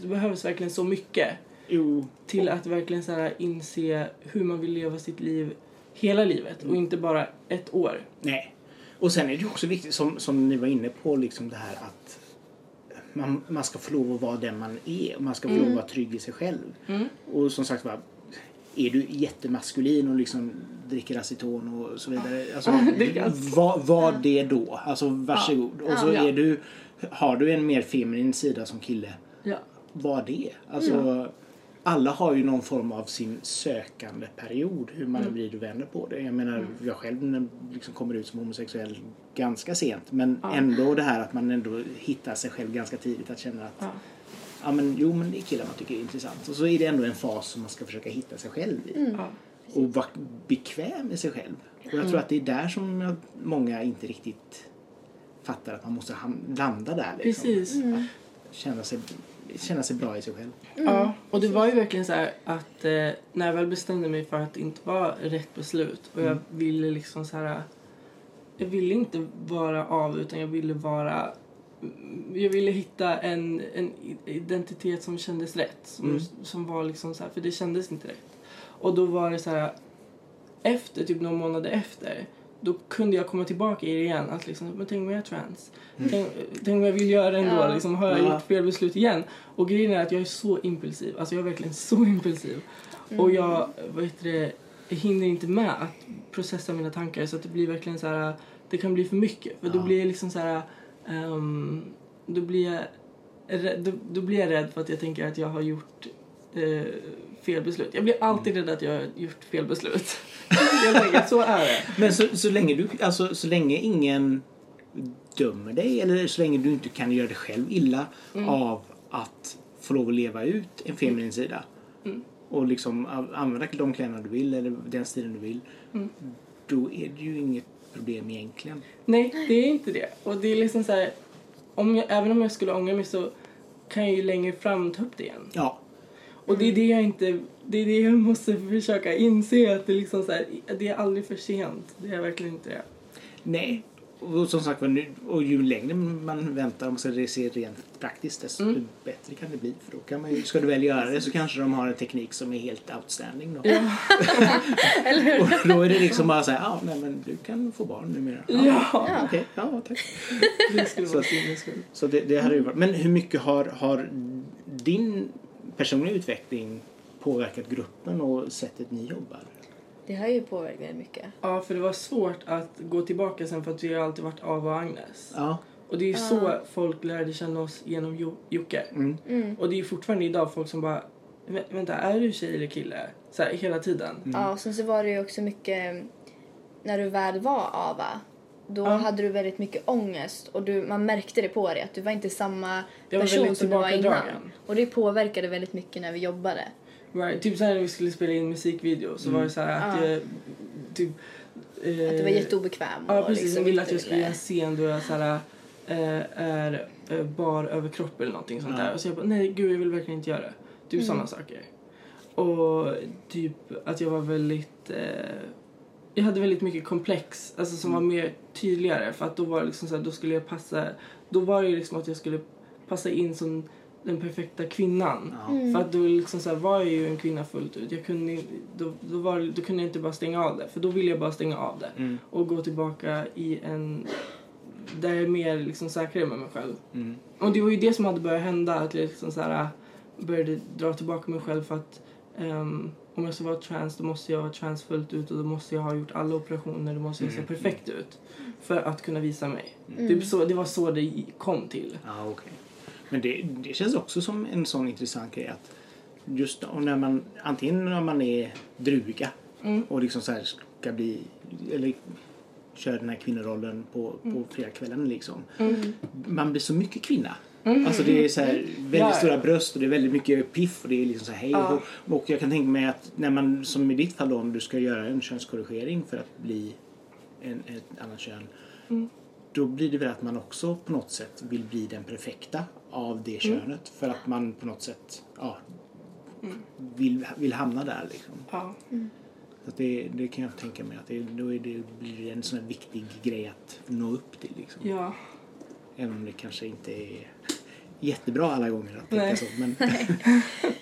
[SPEAKER 2] det behövs verkligen så mycket
[SPEAKER 1] Jo.
[SPEAKER 2] till att verkligen så här inse hur man vill leva sitt liv hela livet och inte bara ett år.
[SPEAKER 1] Nej. Och sen är det ju också viktigt, som, som ni var inne på, liksom det här att man, man
[SPEAKER 2] Mm.
[SPEAKER 1] ska få lov att vara den man är. och Man ska få lov att vara trygg i sig själv. Och som sagt var, är du jättemaskulin och liksom dricker aceton och så vidare. Alltså,
[SPEAKER 2] Det är ganska-
[SPEAKER 1] vad, vad det då? Alltså varsågod. Och så
[SPEAKER 2] Ja.
[SPEAKER 1] är du, har du en mer feminin sida som kille,
[SPEAKER 2] Ja.
[SPEAKER 1] vad det är. Alltså, Alla har ju någon form av sin sökande period, hur man vrider och vänder på det. Jag menar, jag själv när- liksom kommer ut som homosexuell ganska sent, men ändå det här att man ändå hittar sig själv ganska tidigt, att känna att
[SPEAKER 2] Ja.
[SPEAKER 1] ja, men, jo, men det är killar man tycker är intressant. Och så är det ändå en fas som man ska försöka hitta sig själv i.
[SPEAKER 2] ja.
[SPEAKER 1] Och vara bekväm i sig själv. Och jag tror att det är där som jag- många inte riktigt fattar att man måste ham- landa där. Liksom.
[SPEAKER 2] Precis.
[SPEAKER 1] Känna, sig, känna sig bra i sig själv.
[SPEAKER 2] Ja, Mm. och det var ju verkligen så här att eh, när jag väl bestämde mig för att det inte var rätt beslut och jag ville liksom så här. Jag ville inte vara av utan jag ville vara. mm, Jag ville hitta en, en i- identitet som kändes rätt. Som, som var liksom så här, för det kändes inte rätt. Och då var det så här. Efter, typ några månader efter. Då kunde jag komma tillbaka i det igen. Att liksom, men tänk om jag är trans. Tänk, tänk om jag vill göra det ändå.
[SPEAKER 3] Ja.
[SPEAKER 2] Liksom, har jag
[SPEAKER 1] Ja.
[SPEAKER 2] gjort fel beslut igen? Och grejen är att jag är så impulsiv. Alltså jag är verkligen så impulsiv. Och jag, vad heter det, jag hinner inte med att processa mina tankar. Så att det blir verkligen så här. Det kan bli för mycket. För då
[SPEAKER 1] Ja.
[SPEAKER 2] blir jag liksom så här. ehm, då blir jag rädd, då, då blir jag rädd för att jag tänker att jag har gjort eh, fel beslut. Jag blir
[SPEAKER 1] Mm.
[SPEAKER 2] alltid rädd att jag har gjort fel beslut. Helt enkelt, så är det.
[SPEAKER 1] Men så, så, länge du, alltså, så länge ingen dömer dig eller så länge du inte kan göra dig själv illa av att få lov att leva ut en feminin sida och liksom a- använda de kläderna du vill eller den stilen du vill då är det ju inget problem egentligen.
[SPEAKER 2] Nej, det är inte det. Och det är liksom så här, om jag, även om jag skulle ångra mig så kan jag ju längre fram ta upp det igen.
[SPEAKER 1] Ja,
[SPEAKER 2] Och
[SPEAKER 3] Mm.
[SPEAKER 2] det är det jag inte, det är det jag måste försöka inse att det är liksom så här, det är aldrig för sent. Det är verkligen inte det.
[SPEAKER 1] nej. Och som sagt var, nu- och ju längre man väntar om det ser rent praktiskt desto
[SPEAKER 3] Mm.
[SPEAKER 1] bättre kan det bli. För då kan man ju, ska du väl göra det så kanske de har en teknik som är helt outstanding då.
[SPEAKER 3] Eller hur?
[SPEAKER 1] Och då är det liksom bara såhär, ja nej men du kan få barn numera. Ja,
[SPEAKER 2] Ja,
[SPEAKER 1] Okej, ja tack.
[SPEAKER 2] det skulle vara sinnessjukt.
[SPEAKER 1] Så det, det hade ju varit, men hur mycket har, har din personliga utveckling påverkat gruppen och sättet ni jobbar?
[SPEAKER 3] Det har ju påverkat mig mycket.
[SPEAKER 2] Ja, för det var svårt att gå tillbaka sen för att vi har alltid varit Ava och Agnes.
[SPEAKER 1] Ja,
[SPEAKER 2] Och det är ju så folk lärde känna oss genom jo- Jocke.
[SPEAKER 1] Mm.
[SPEAKER 2] Och det är ju fortfarande idag folk som bara "Vä- Vänta, är du tjej eller kille? Så här, hela tiden.
[SPEAKER 3] Ja, och sen så var det ju också mycket mm, när du väl var AVA. Då hade du väldigt mycket ångest och du, man märkte det på dig att du var inte samma
[SPEAKER 2] Jag var
[SPEAKER 3] person
[SPEAKER 2] väldigt
[SPEAKER 3] som du var
[SPEAKER 2] tillbakadragen.
[SPEAKER 3] innan. Och det påverkade väldigt mycket när vi jobbade.
[SPEAKER 2] Right. Typ såhär när vi skulle spela in musikvideo så var det så här att
[SPEAKER 3] Ja.
[SPEAKER 2] jag typ... eh,
[SPEAKER 3] Ah. Att du var jätteobekväm.
[SPEAKER 2] Ja
[SPEAKER 3] och
[SPEAKER 2] precis,
[SPEAKER 3] liksom
[SPEAKER 2] hon ville att
[SPEAKER 3] inte
[SPEAKER 2] jag skulle göra en scen då jag såhär eh, är eh, bar överkropp eller någonting sånt
[SPEAKER 1] Ja.
[SPEAKER 2] där. Och så jag bara nej gud jag vill verkligen inte göra det.
[SPEAKER 3] Mm.
[SPEAKER 2] Typ sådana saker. Och typ att jag var väldigt... Eh, jag hade väldigt mycket komplex alltså som var mer tydligare för att då var det liksom så här, då skulle jag passa... Då var det ju liksom att jag skulle passa in som den perfekta kvinnan.
[SPEAKER 1] ja.
[SPEAKER 3] Mm.
[SPEAKER 2] För att då liksom så här, var jag ju en kvinna fullt ut. Jag kunde, in- då, då, var, då kunde jag inte bara stänga av det. För då ville jag bara stänga av det.
[SPEAKER 1] Mm.
[SPEAKER 2] Och gå tillbaka i en... Där jag är mer liksom säkrare med mig själv.
[SPEAKER 1] Mm.
[SPEAKER 2] Och det var ju det som hade börjat hända. Att jag liksom så här, började dra tillbaka mig själv för att ehm, om jag ska vara trans då måste jag vara trans fullt ut och då måste jag ha gjort alla operationer. Då måste jag se perfekt ut. För att kunna visa mig.
[SPEAKER 3] Mm.
[SPEAKER 2] Typ så, det var så det i- kom till.
[SPEAKER 1] Ja, okej. Men det, det känns också som en sån intressant grej att just om när man, antingen när man är druga och liksom så här ska bli, eller kör den här kvinnörollen på, på fredagskvällen liksom. Man blir så mycket kvinna. Alltså det är så här väldigt
[SPEAKER 2] Ja.
[SPEAKER 1] stora bröst och det är väldigt mycket piff och det är liksom så här hej och, och jag kan tänka mig att när man, som i ditt fall då, om du ska göra en könskorrigering för att bli en, ett annat kön då blir det väl att man också på något sätt vill bli den perfekta av det
[SPEAKER 2] Mm.
[SPEAKER 1] könet för att man på något sätt ja, vill, vill hamna där. Liksom.
[SPEAKER 2] Ja.
[SPEAKER 1] Så att det, det kan jag tänka mig att det, då är det, blir det en sån här viktig grej att nå upp till. Liksom.
[SPEAKER 2] Ja.
[SPEAKER 1] Även om det kanske inte är jättebra alla gånger att tänka
[SPEAKER 2] Nej. Mm.
[SPEAKER 1] så. Men,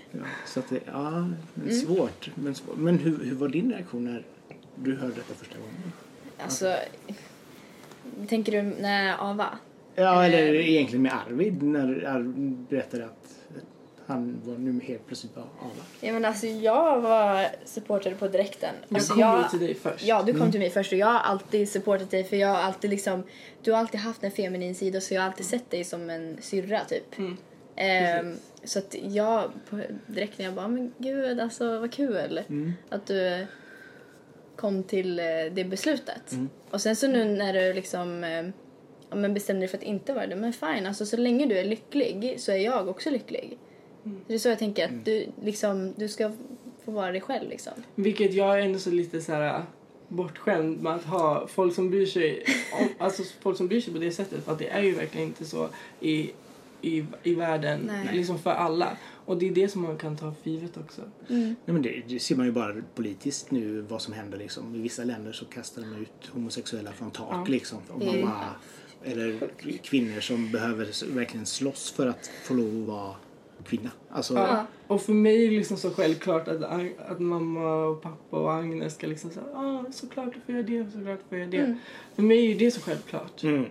[SPEAKER 1] ja, så att det, ja, men svårt. Men, svårt. men hur, hur var din reaktion när du hörde detta första gången?
[SPEAKER 3] Alltså, tänker du när AVA?
[SPEAKER 1] Ja,
[SPEAKER 3] Eh,
[SPEAKER 1] eller egentligen med Arvid när Arvid berättade att han var nu helt plötsligt bara avlad.
[SPEAKER 3] Ja, men alltså, jag var supporter på direkten.
[SPEAKER 2] Jag
[SPEAKER 3] Alltså,
[SPEAKER 2] kom ju till dig först.
[SPEAKER 3] Ja, du kom till mig först och jag har alltid supportat dig för jag har alltid liksom, du har alltid haft en feminin sida så jag har alltid sett dig som en syrra typ. Ehm, så att jag, på, direkt när jag bara, men gud alltså vad kul att du kom till eh, det beslutet. Och sen så nu när du liksom eh, ja, men bestämde dig för att inte vara det, men fine, alltså så länge du är lycklig så är jag också lycklig. Det är så jag tänker att du liksom, du ska få vara dig själv liksom.
[SPEAKER 2] Vilket jag är ändå så lite så här äh, bortskämd med att ha folk som bryr sig om, alltså folk som bryr sig på det sättet för att det är ju verkligen inte så i, i, i världen
[SPEAKER 3] Nej.
[SPEAKER 2] liksom för alla och det är det som man kan ta för givet också.
[SPEAKER 1] Nej, men det, det ser man ju bara politiskt nu vad som händer. Liksom. I vissa länder så kastar de ut homosexuella från tak. Liksom, och
[SPEAKER 3] Det är
[SPEAKER 1] man
[SPEAKER 3] ju-
[SPEAKER 1] bara, eller kvinnor som behöver s- verkligen slåss för att få lov att vara kvinna. Alltså,
[SPEAKER 2] Ja. Och för mig är det liksom så självklart att, Ag- att mamma och pappa och Agnes ska liksom säga ah, såklart du får göra det, såklart du får göra det.
[SPEAKER 3] Mm.
[SPEAKER 2] För mig är det så självklart.
[SPEAKER 1] Mm.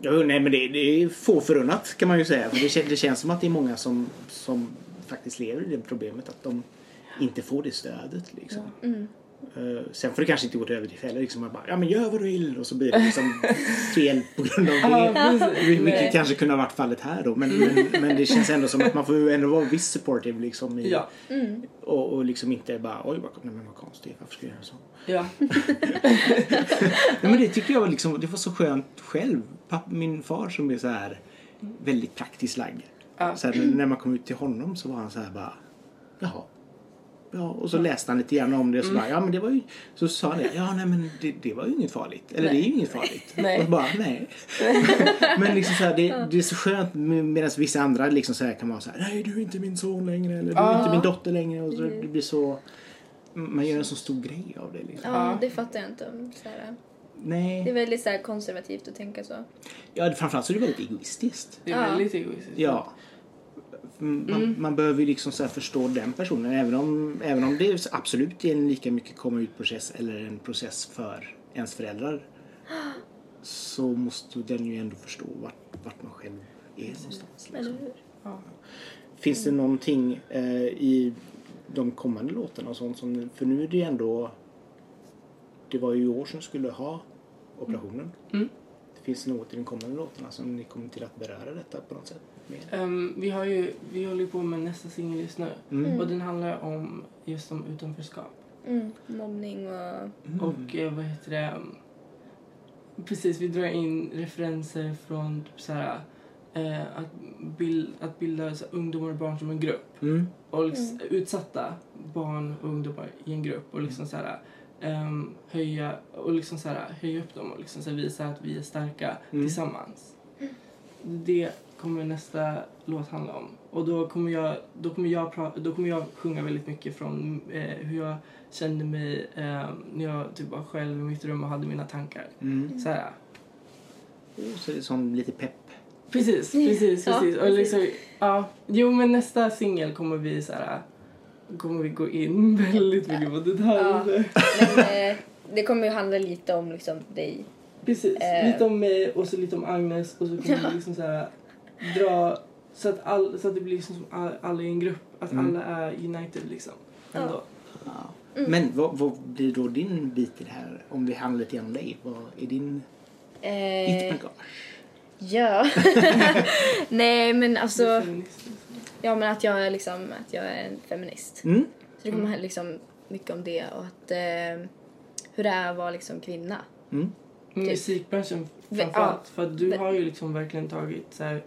[SPEAKER 1] Jo, nej, men det, det är få förunnat kan man ju säga. För det, kän- det känns som att det är många som, som faktiskt lever i det problemet att de inte får det stödet. Liksom.
[SPEAKER 2] mm.
[SPEAKER 1] Eh, sen får det kanske inte gå till överdrift heller. Liksom, man bara, ja men gör vad du vill och så blir det liksom fel på grund av det.
[SPEAKER 2] precis.
[SPEAKER 1] Vil- Vilket
[SPEAKER 2] Nej.
[SPEAKER 1] kanske kunde ha varit fallet här då. Men, men, men det känns ändå som att man får ju ändå vara viss supportive liksom. I,
[SPEAKER 2] Ja,
[SPEAKER 1] och, och liksom inte bara oj vad, nej, men vad konstigt, varför ska jag göra så?
[SPEAKER 2] ja.
[SPEAKER 1] Nej, men det tyckte jag var liksom, det var så skönt själv. Papp, min far som är så här väldigt praktiskt lagd.
[SPEAKER 2] Ja.
[SPEAKER 1] Så här, när- när man kom ut till honom så var han så här bara, jaha. Ja, och så läste han lite grann om det och så bara, ja men det var ju, så sa han det, ja nej men det, det var ju inget farligt. Eller det är ju inget farligt.
[SPEAKER 2] Nej.
[SPEAKER 1] Och bara, nej. men liksom så här, det, det är så skönt med- medan vissa andra liksom så här kan vara så här, nej du är inte min son längre eller du är inte min dotter längre. Och så, det blir så, man gör en så stor grej av det liksom.
[SPEAKER 3] Ja, det fattar jag inte. om, Så här.
[SPEAKER 1] Nej.
[SPEAKER 3] Det är väldigt så här, konservativt att tänka så.
[SPEAKER 1] Ja, det- framförallt så är det väldigt egoistiskt.
[SPEAKER 2] Det är
[SPEAKER 3] Ja.
[SPEAKER 2] väldigt egoistiskt.
[SPEAKER 1] Ja. Mm, Man, man behöver ju liksom så här förstå den personen även om, även om det är absolut är en lika mycket komma ut-process eller en process för ens föräldrar så måste den ju ändå förstå vart, vart man själv är någonstans.
[SPEAKER 3] Eller
[SPEAKER 1] Liksom.
[SPEAKER 3] hur?
[SPEAKER 1] Finns det någonting eh, i de kommande låtarna och sånt som, för nu är det ju ändå det var ju i år som skulle ha operationen. Finns det något i de kommande låtarna som ni kommer till att beröra detta på något sätt? Mer?
[SPEAKER 2] Ehm, vi, har ju, vi håller ju på med nästa singel just nu Mm. och den handlar om just om utanförskap.
[SPEAKER 3] Mm. Mobbning och...
[SPEAKER 2] Och eh, vad heter det? ehm, Precis, vi drar in referenser från typ så här, eh, att, bild, att bilda så här, ungdomar och barn som en grupp.
[SPEAKER 1] Mm.
[SPEAKER 2] Och liksom, utsatta barn och ungdomar i en grupp och
[SPEAKER 1] Mm.
[SPEAKER 2] liksom så här, ehm, höja, och liksom så här, höja upp dem och liksom så här, visa att vi är starka
[SPEAKER 1] Mm.
[SPEAKER 2] tillsammans. Det kommer nästa låt handla om. Och då kommer jag, då kommer jag, pra, då kommer jag sjunga väldigt mycket från eh, hur jag kände mig eh, när jag typ var själv i mitt rum och hade mina tankar.
[SPEAKER 1] Mm. Oh,
[SPEAKER 2] Så här.
[SPEAKER 1] Så det är som lite pepp.
[SPEAKER 2] Precis, precis,
[SPEAKER 3] Ja,
[SPEAKER 2] precis. Och
[SPEAKER 3] precis.
[SPEAKER 2] liksom, ja. Jo, men nästa singel kommer vi så här, kommer vi gå in väldigt mycket på
[SPEAKER 3] Ja.
[SPEAKER 2] detaljer.
[SPEAKER 3] Men eh, det kommer ju handla lite om liksom dig.
[SPEAKER 2] Precis,
[SPEAKER 3] Eh.
[SPEAKER 2] lite om mig och så lite om Agnes och så kommer vi liksom så här, dra så att, all, så att det blir liksom som all- alla i en grupp, att alla är united liksom. Ändå.
[SPEAKER 1] Men vad, vad blir då din bit i det här? Om vi handlar lite grann om dig, vad är din... Ditt
[SPEAKER 3] Eh,
[SPEAKER 1] bagage?
[SPEAKER 3] ja. Nej men alltså,
[SPEAKER 2] Feminist.
[SPEAKER 3] ja men att jag är liksom, att jag är en feminist.
[SPEAKER 1] Mm.
[SPEAKER 3] Så det kommer handla liksom mycket om det och att eh, hur det är att vara liksom kvinna.
[SPEAKER 1] Mm.
[SPEAKER 2] Mm, Musikbranschen
[SPEAKER 3] Ve-
[SPEAKER 2] framförallt.
[SPEAKER 3] Typ. ja.
[SPEAKER 2] För att du
[SPEAKER 3] Ve-
[SPEAKER 2] har ju liksom verkligen tagit så här,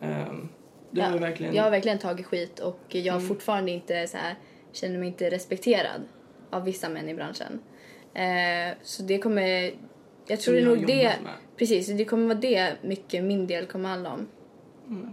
[SPEAKER 2] ehm, du har
[SPEAKER 3] Ja,
[SPEAKER 2] ju verkligen...
[SPEAKER 3] Jag har verkligen tagit skit och jag
[SPEAKER 2] Mm.
[SPEAKER 3] har fortfarande inte så här, känner mig inte respekterad av vissa män i branschen. Eh, så det kommer, jag tror det är
[SPEAKER 2] ni har
[SPEAKER 3] nog det,
[SPEAKER 2] jobbat med.
[SPEAKER 3] precis, det kommer vara det mycket min del kommer handla om.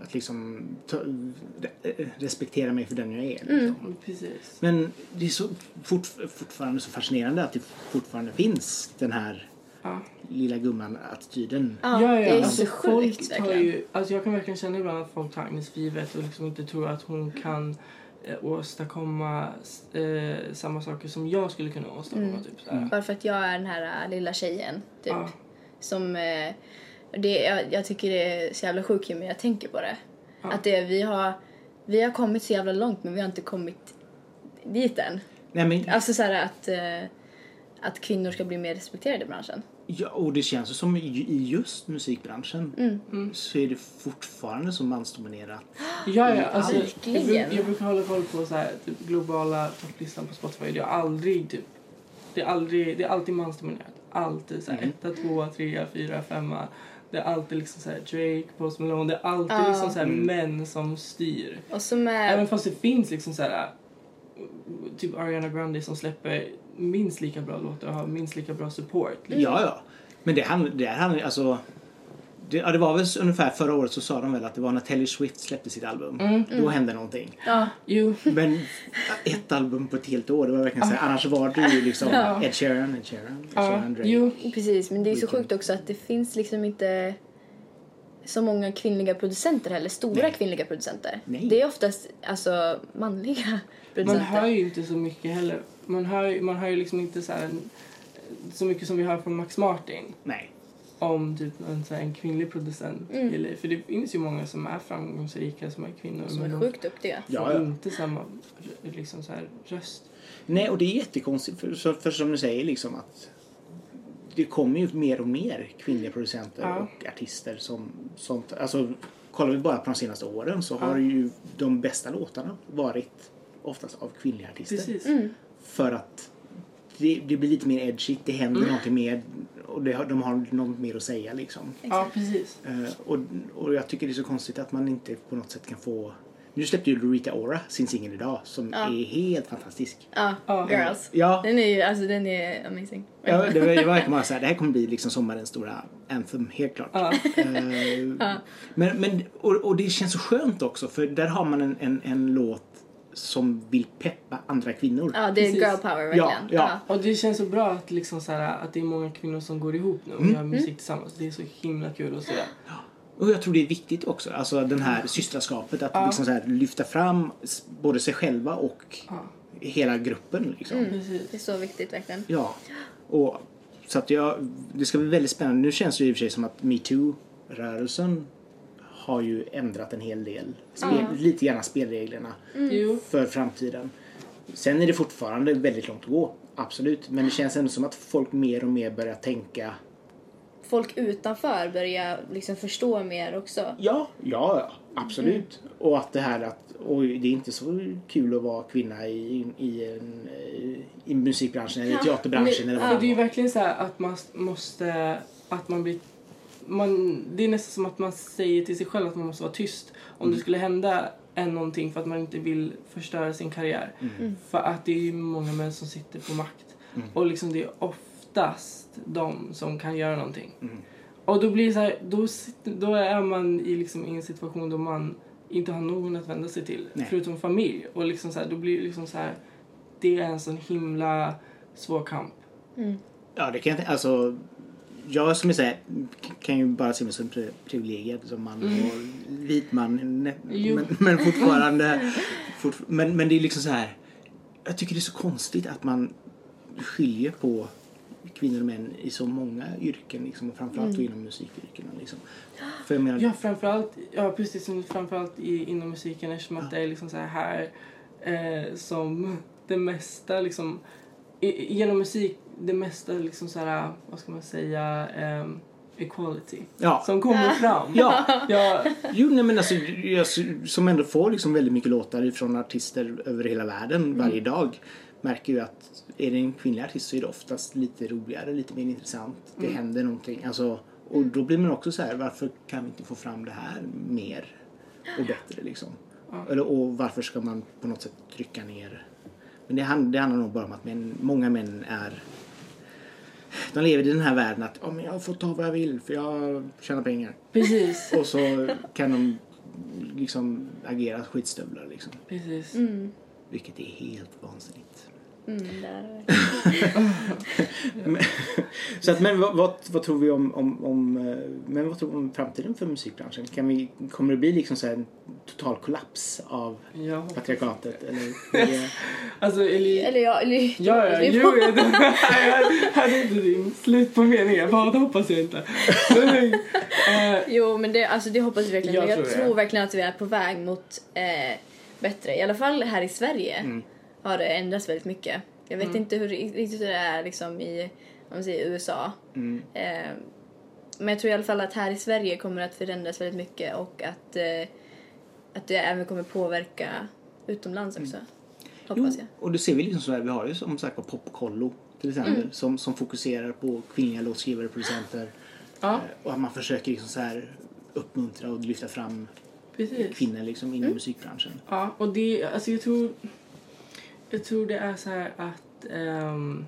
[SPEAKER 1] Att liksom ta, re- respektera mig för den jag är. Liksom.
[SPEAKER 2] Precis.
[SPEAKER 1] Men det är så fort, fortfarande så fascinerande att det fortfarande finns den här
[SPEAKER 2] Ja.
[SPEAKER 1] lilla gumman-attityden.
[SPEAKER 3] Ja, det är så sjukt
[SPEAKER 2] alltså, tar
[SPEAKER 3] verkligen.
[SPEAKER 2] ju, alltså jag kan verkligen känna ibland att folk tar Agnes för givet och liksom inte tror att hon kan eh, åstadkomma eh, samma saker som jag skulle kunna åstadkomma. Typ, så här.
[SPEAKER 3] Bara för att jag är den här äh, lilla tjejen, Mm. typ.
[SPEAKER 2] Ja.
[SPEAKER 3] Som, eh, det, jag, jag tycker det är så jävla sjukt ju mer jag tänker på det. Att det, vi har, vi har kommit så jävla långt men vi har inte kommit dit än.
[SPEAKER 1] Nej, men,
[SPEAKER 3] Alltså så här att, eh, att kvinnor ska bli mer respekterade i branschen.
[SPEAKER 1] ja, och det känns ju som i i just musikbranschen
[SPEAKER 2] Mm.
[SPEAKER 1] så är det fortfarande så mansdominerat.
[SPEAKER 2] Ja, ja. Alltså, jag,
[SPEAKER 3] Verkligen.
[SPEAKER 2] bruk- jag brukar hålla koll på så här, typ, globala topplistan på Spotify. Det är aldrig typ... Det är, aldrig, det är alltid mansdominerat. Alltid så här, etta, tvåa, trea, fyra, femma. Det är alltid liksom så här, Drake, Post Malone. Det är alltid
[SPEAKER 3] Ja.
[SPEAKER 2] liksom så här, män som styr.
[SPEAKER 3] Och som
[SPEAKER 2] Även
[SPEAKER 3] är...
[SPEAKER 2] fast det finns liksom så här... Typ Ariana Grande som släpper minst lika bra låtar och har minst lika bra support.
[SPEAKER 3] Mm.
[SPEAKER 2] Liksom.
[SPEAKER 1] Ja, ja. Men det handlar det här handlar alltså... Det, ja, det var väl så- ungefär förra året så sa de väl att det var när Taylor Swift släppte sitt album.
[SPEAKER 2] Mm.
[SPEAKER 1] Då hände någonting.
[SPEAKER 3] Ja,
[SPEAKER 2] Jo.
[SPEAKER 1] Men ett album på ett helt år, det var verkligen såhär. Annars var det ju liksom
[SPEAKER 2] Ah. Ja.
[SPEAKER 1] Ed Sheeran, Ed Sheeran, Ed
[SPEAKER 2] Ja,
[SPEAKER 1] Sheeran, Drake.
[SPEAKER 2] jo.
[SPEAKER 3] precis. Men det är så
[SPEAKER 1] Vilken-
[SPEAKER 3] sjukt också att det finns liksom inte så många kvinnliga producenter heller. Stora
[SPEAKER 1] Nej.
[SPEAKER 3] kvinnliga producenter.
[SPEAKER 1] Nej.
[SPEAKER 3] Det är oftast alltså manliga
[SPEAKER 2] Man
[SPEAKER 3] producenter.
[SPEAKER 2] hör ju inte så mycket heller. Man hör, ju- man hör ju liksom inte så, här, äh, så mycket som vi hör från Max Martin
[SPEAKER 1] Nej.
[SPEAKER 2] om typ en, så här, en kvinnlig producent.
[SPEAKER 3] Mm.
[SPEAKER 2] Eller, för det finns ju många som är framgångsrika som är kvinnor
[SPEAKER 3] Som
[SPEAKER 2] men
[SPEAKER 3] är
[SPEAKER 2] de
[SPEAKER 3] sjukt duktiga.
[SPEAKER 1] Ja,
[SPEAKER 2] får
[SPEAKER 1] ja.
[SPEAKER 2] inte samma r- liksom, så här, röst.
[SPEAKER 1] Nej, och det är jättekonstigt. För, så- för som du säger liksom att det kommer ju mer och mer kvinnliga producenter
[SPEAKER 2] Ja.
[SPEAKER 1] och artister som sånt. Alltså, kollar vi bara på de senaste åren så har ju de bästa låtarna varit oftast av kvinnliga artister.
[SPEAKER 2] Precis.
[SPEAKER 3] Mm.
[SPEAKER 1] För att det, det blir lite mer edgy, det händer
[SPEAKER 2] Mm.
[SPEAKER 1] någonting mer och det, har- de har något mer att säga liksom.
[SPEAKER 2] Ja, precis.
[SPEAKER 1] Eh, och, och jag tycker det är så konstigt att man inte på något sätt kan få... Nu släppte ju Lorita Ora sin singel idag som är helt fantastisk.
[SPEAKER 3] Ja,
[SPEAKER 2] Ja.
[SPEAKER 3] girls.
[SPEAKER 1] Ja.
[SPEAKER 3] Den är ju, alltså den är amazing.
[SPEAKER 1] Ja, det var- det var verkligen bara så här, det här kommer bli liksom sommarens stora anthem, helt klart.
[SPEAKER 2] Ja.
[SPEAKER 1] Eh, men, men, och, och det känns så skönt också för där har man en, en, en låt som vill peppa andra kvinnor.
[SPEAKER 3] Ja, det är
[SPEAKER 2] Precis.
[SPEAKER 3] girl power verkligen.
[SPEAKER 1] Ja, ja.
[SPEAKER 2] Och det känns så bra att, liksom, så här, att det är många kvinnor som går ihop nu och gör musik tillsammans. Det är så himla kul att se.
[SPEAKER 1] Och jag tror det är viktigt också, alltså den här systraskapet, att liksom så här, lyfta fram s- både sig själva och hela gruppen. Liksom.
[SPEAKER 2] Precis.
[SPEAKER 3] Det är så viktigt verkligen.
[SPEAKER 1] Ja. Och, så att jag, det ska bli väldigt spännande. Nu känns det ju i och för sig som att metoo-rörelsen har ju ändrat en hel del. Spel, Lite grann spelreglerna
[SPEAKER 2] Jo.
[SPEAKER 1] för framtiden. Sen är det fortfarande väldigt långt att gå, absolut. Men det känns ändå som att folk mer och mer börjar tänka
[SPEAKER 3] Folk utanför börjar liksom förstå mer också.
[SPEAKER 1] Ja, ja, absolut. Och att det här att oj, det är inte så kul att vara kvinna i, i, en, eh, i musikbranschen eller i teaterbranschen. eller vad
[SPEAKER 2] För det är
[SPEAKER 1] det
[SPEAKER 2] ju
[SPEAKER 1] var.
[SPEAKER 2] verkligen så här att man måste, att man blir man, det är nästan som att man säger till sig själv att man måste vara tyst om det skulle hända en någonting för att man inte vill förstöra sin karriär. För att det är ju många män som sitter på makt. Och liksom det är oftast de som kan göra någonting. Och då blir det så här, då, sitter, då är man i, liksom, i en situation då man inte har någon att vända sig till
[SPEAKER 1] Nej.
[SPEAKER 2] förutom familj. Och liksom så här, då blir det liksom så här, det är en sån himla svår kamp.
[SPEAKER 1] Ja, det kan jag tänka- alltså, jag som jag säger kan ju bara se mig som pri- privilegierad som man och vit man. ne-
[SPEAKER 2] Jo.
[SPEAKER 1] Men, men fortfarande. Fort, men, men det är liksom så här. Jag tycker det är så konstigt att man skiljer på kvinnor och män i så många yrken liksom, och framförallt då inom musikyrkena. Liksom. För jag menar,
[SPEAKER 2] Ja, framförallt, ja precis som framförallt i, inom musiken eftersom att det är liksom så här, här eh, som det mesta liksom i, genom musik det mesta liksom så här vad ska man säga ehm, equality
[SPEAKER 1] Ja.
[SPEAKER 2] som kommer fram.
[SPEAKER 1] Ja,
[SPEAKER 2] Ja,
[SPEAKER 1] jo nej, men alltså, jag, som ändå får liksom väldigt mycket låtar från artister över hela världen varje dag märker ju att är det en kvinnlig artist så är det oftast lite roligare, lite mer intressant. Det händer någonting. Alltså, och då blir man också så här, varför kan vi inte få fram det här mer och bättre liksom? Eller, och varför ska man på något sätt trycka ner? Men det, hand, det handlar nog bara om att män, många män är de lever i den här världen att oh, men jag får ta vad jag vill för jag tjänar pengar.
[SPEAKER 2] precis.
[SPEAKER 1] Och så kan de liksom agera skitstövlar liksom.
[SPEAKER 2] Precis.
[SPEAKER 1] Vilket är helt vansinnigt.
[SPEAKER 3] Mm, där.
[SPEAKER 1] Men- så att, men vad, vad, vad tror vi om, om, om, eh, men vad tror vi om framtiden för musikbranschen? Kan vi, kommer det bli liksom så här en total kollaps av
[SPEAKER 2] Jag hoppas-
[SPEAKER 1] patriarkatet? Eller, det-
[SPEAKER 2] Alltså eller,
[SPEAKER 3] Eller ja, eller...
[SPEAKER 2] Ja, ja,
[SPEAKER 3] vi
[SPEAKER 2] jo,
[SPEAKER 3] får-
[SPEAKER 2] jag jag hade inte din slut på meningen. Vad hoppas jag inte. Eh,
[SPEAKER 3] Jo, men det, alltså, det hoppas vi verkligen.
[SPEAKER 2] Jag
[SPEAKER 3] Jag,
[SPEAKER 2] tror det.
[SPEAKER 3] tror verkligen att vi är på väg mot eh, bättre. I alla fall här i Sverige har det ändrats väldigt mycket. Jag vet inte hur riktigt hur det är liksom i om man säger, USA. Eh, men jag tror i alla fall att här i Sverige kommer det att förändras väldigt mycket och att, eh, att det även kommer påverka utomlands också.
[SPEAKER 1] Jo,
[SPEAKER 3] Hoppas jag.
[SPEAKER 1] och du ser vi liksom så här, vi har ju som sagt var Popkollo till exempel som, som fokuserar på kvinnliga låtskrivare och producenter.
[SPEAKER 2] Ja,
[SPEAKER 1] Och att man försöker liksom så här uppmuntra och lyfta fram
[SPEAKER 2] precis.
[SPEAKER 1] kvinnor liksom inom musikbranschen.
[SPEAKER 2] Ja, och det, alltså jag tror, jag tror det är så här att ehm,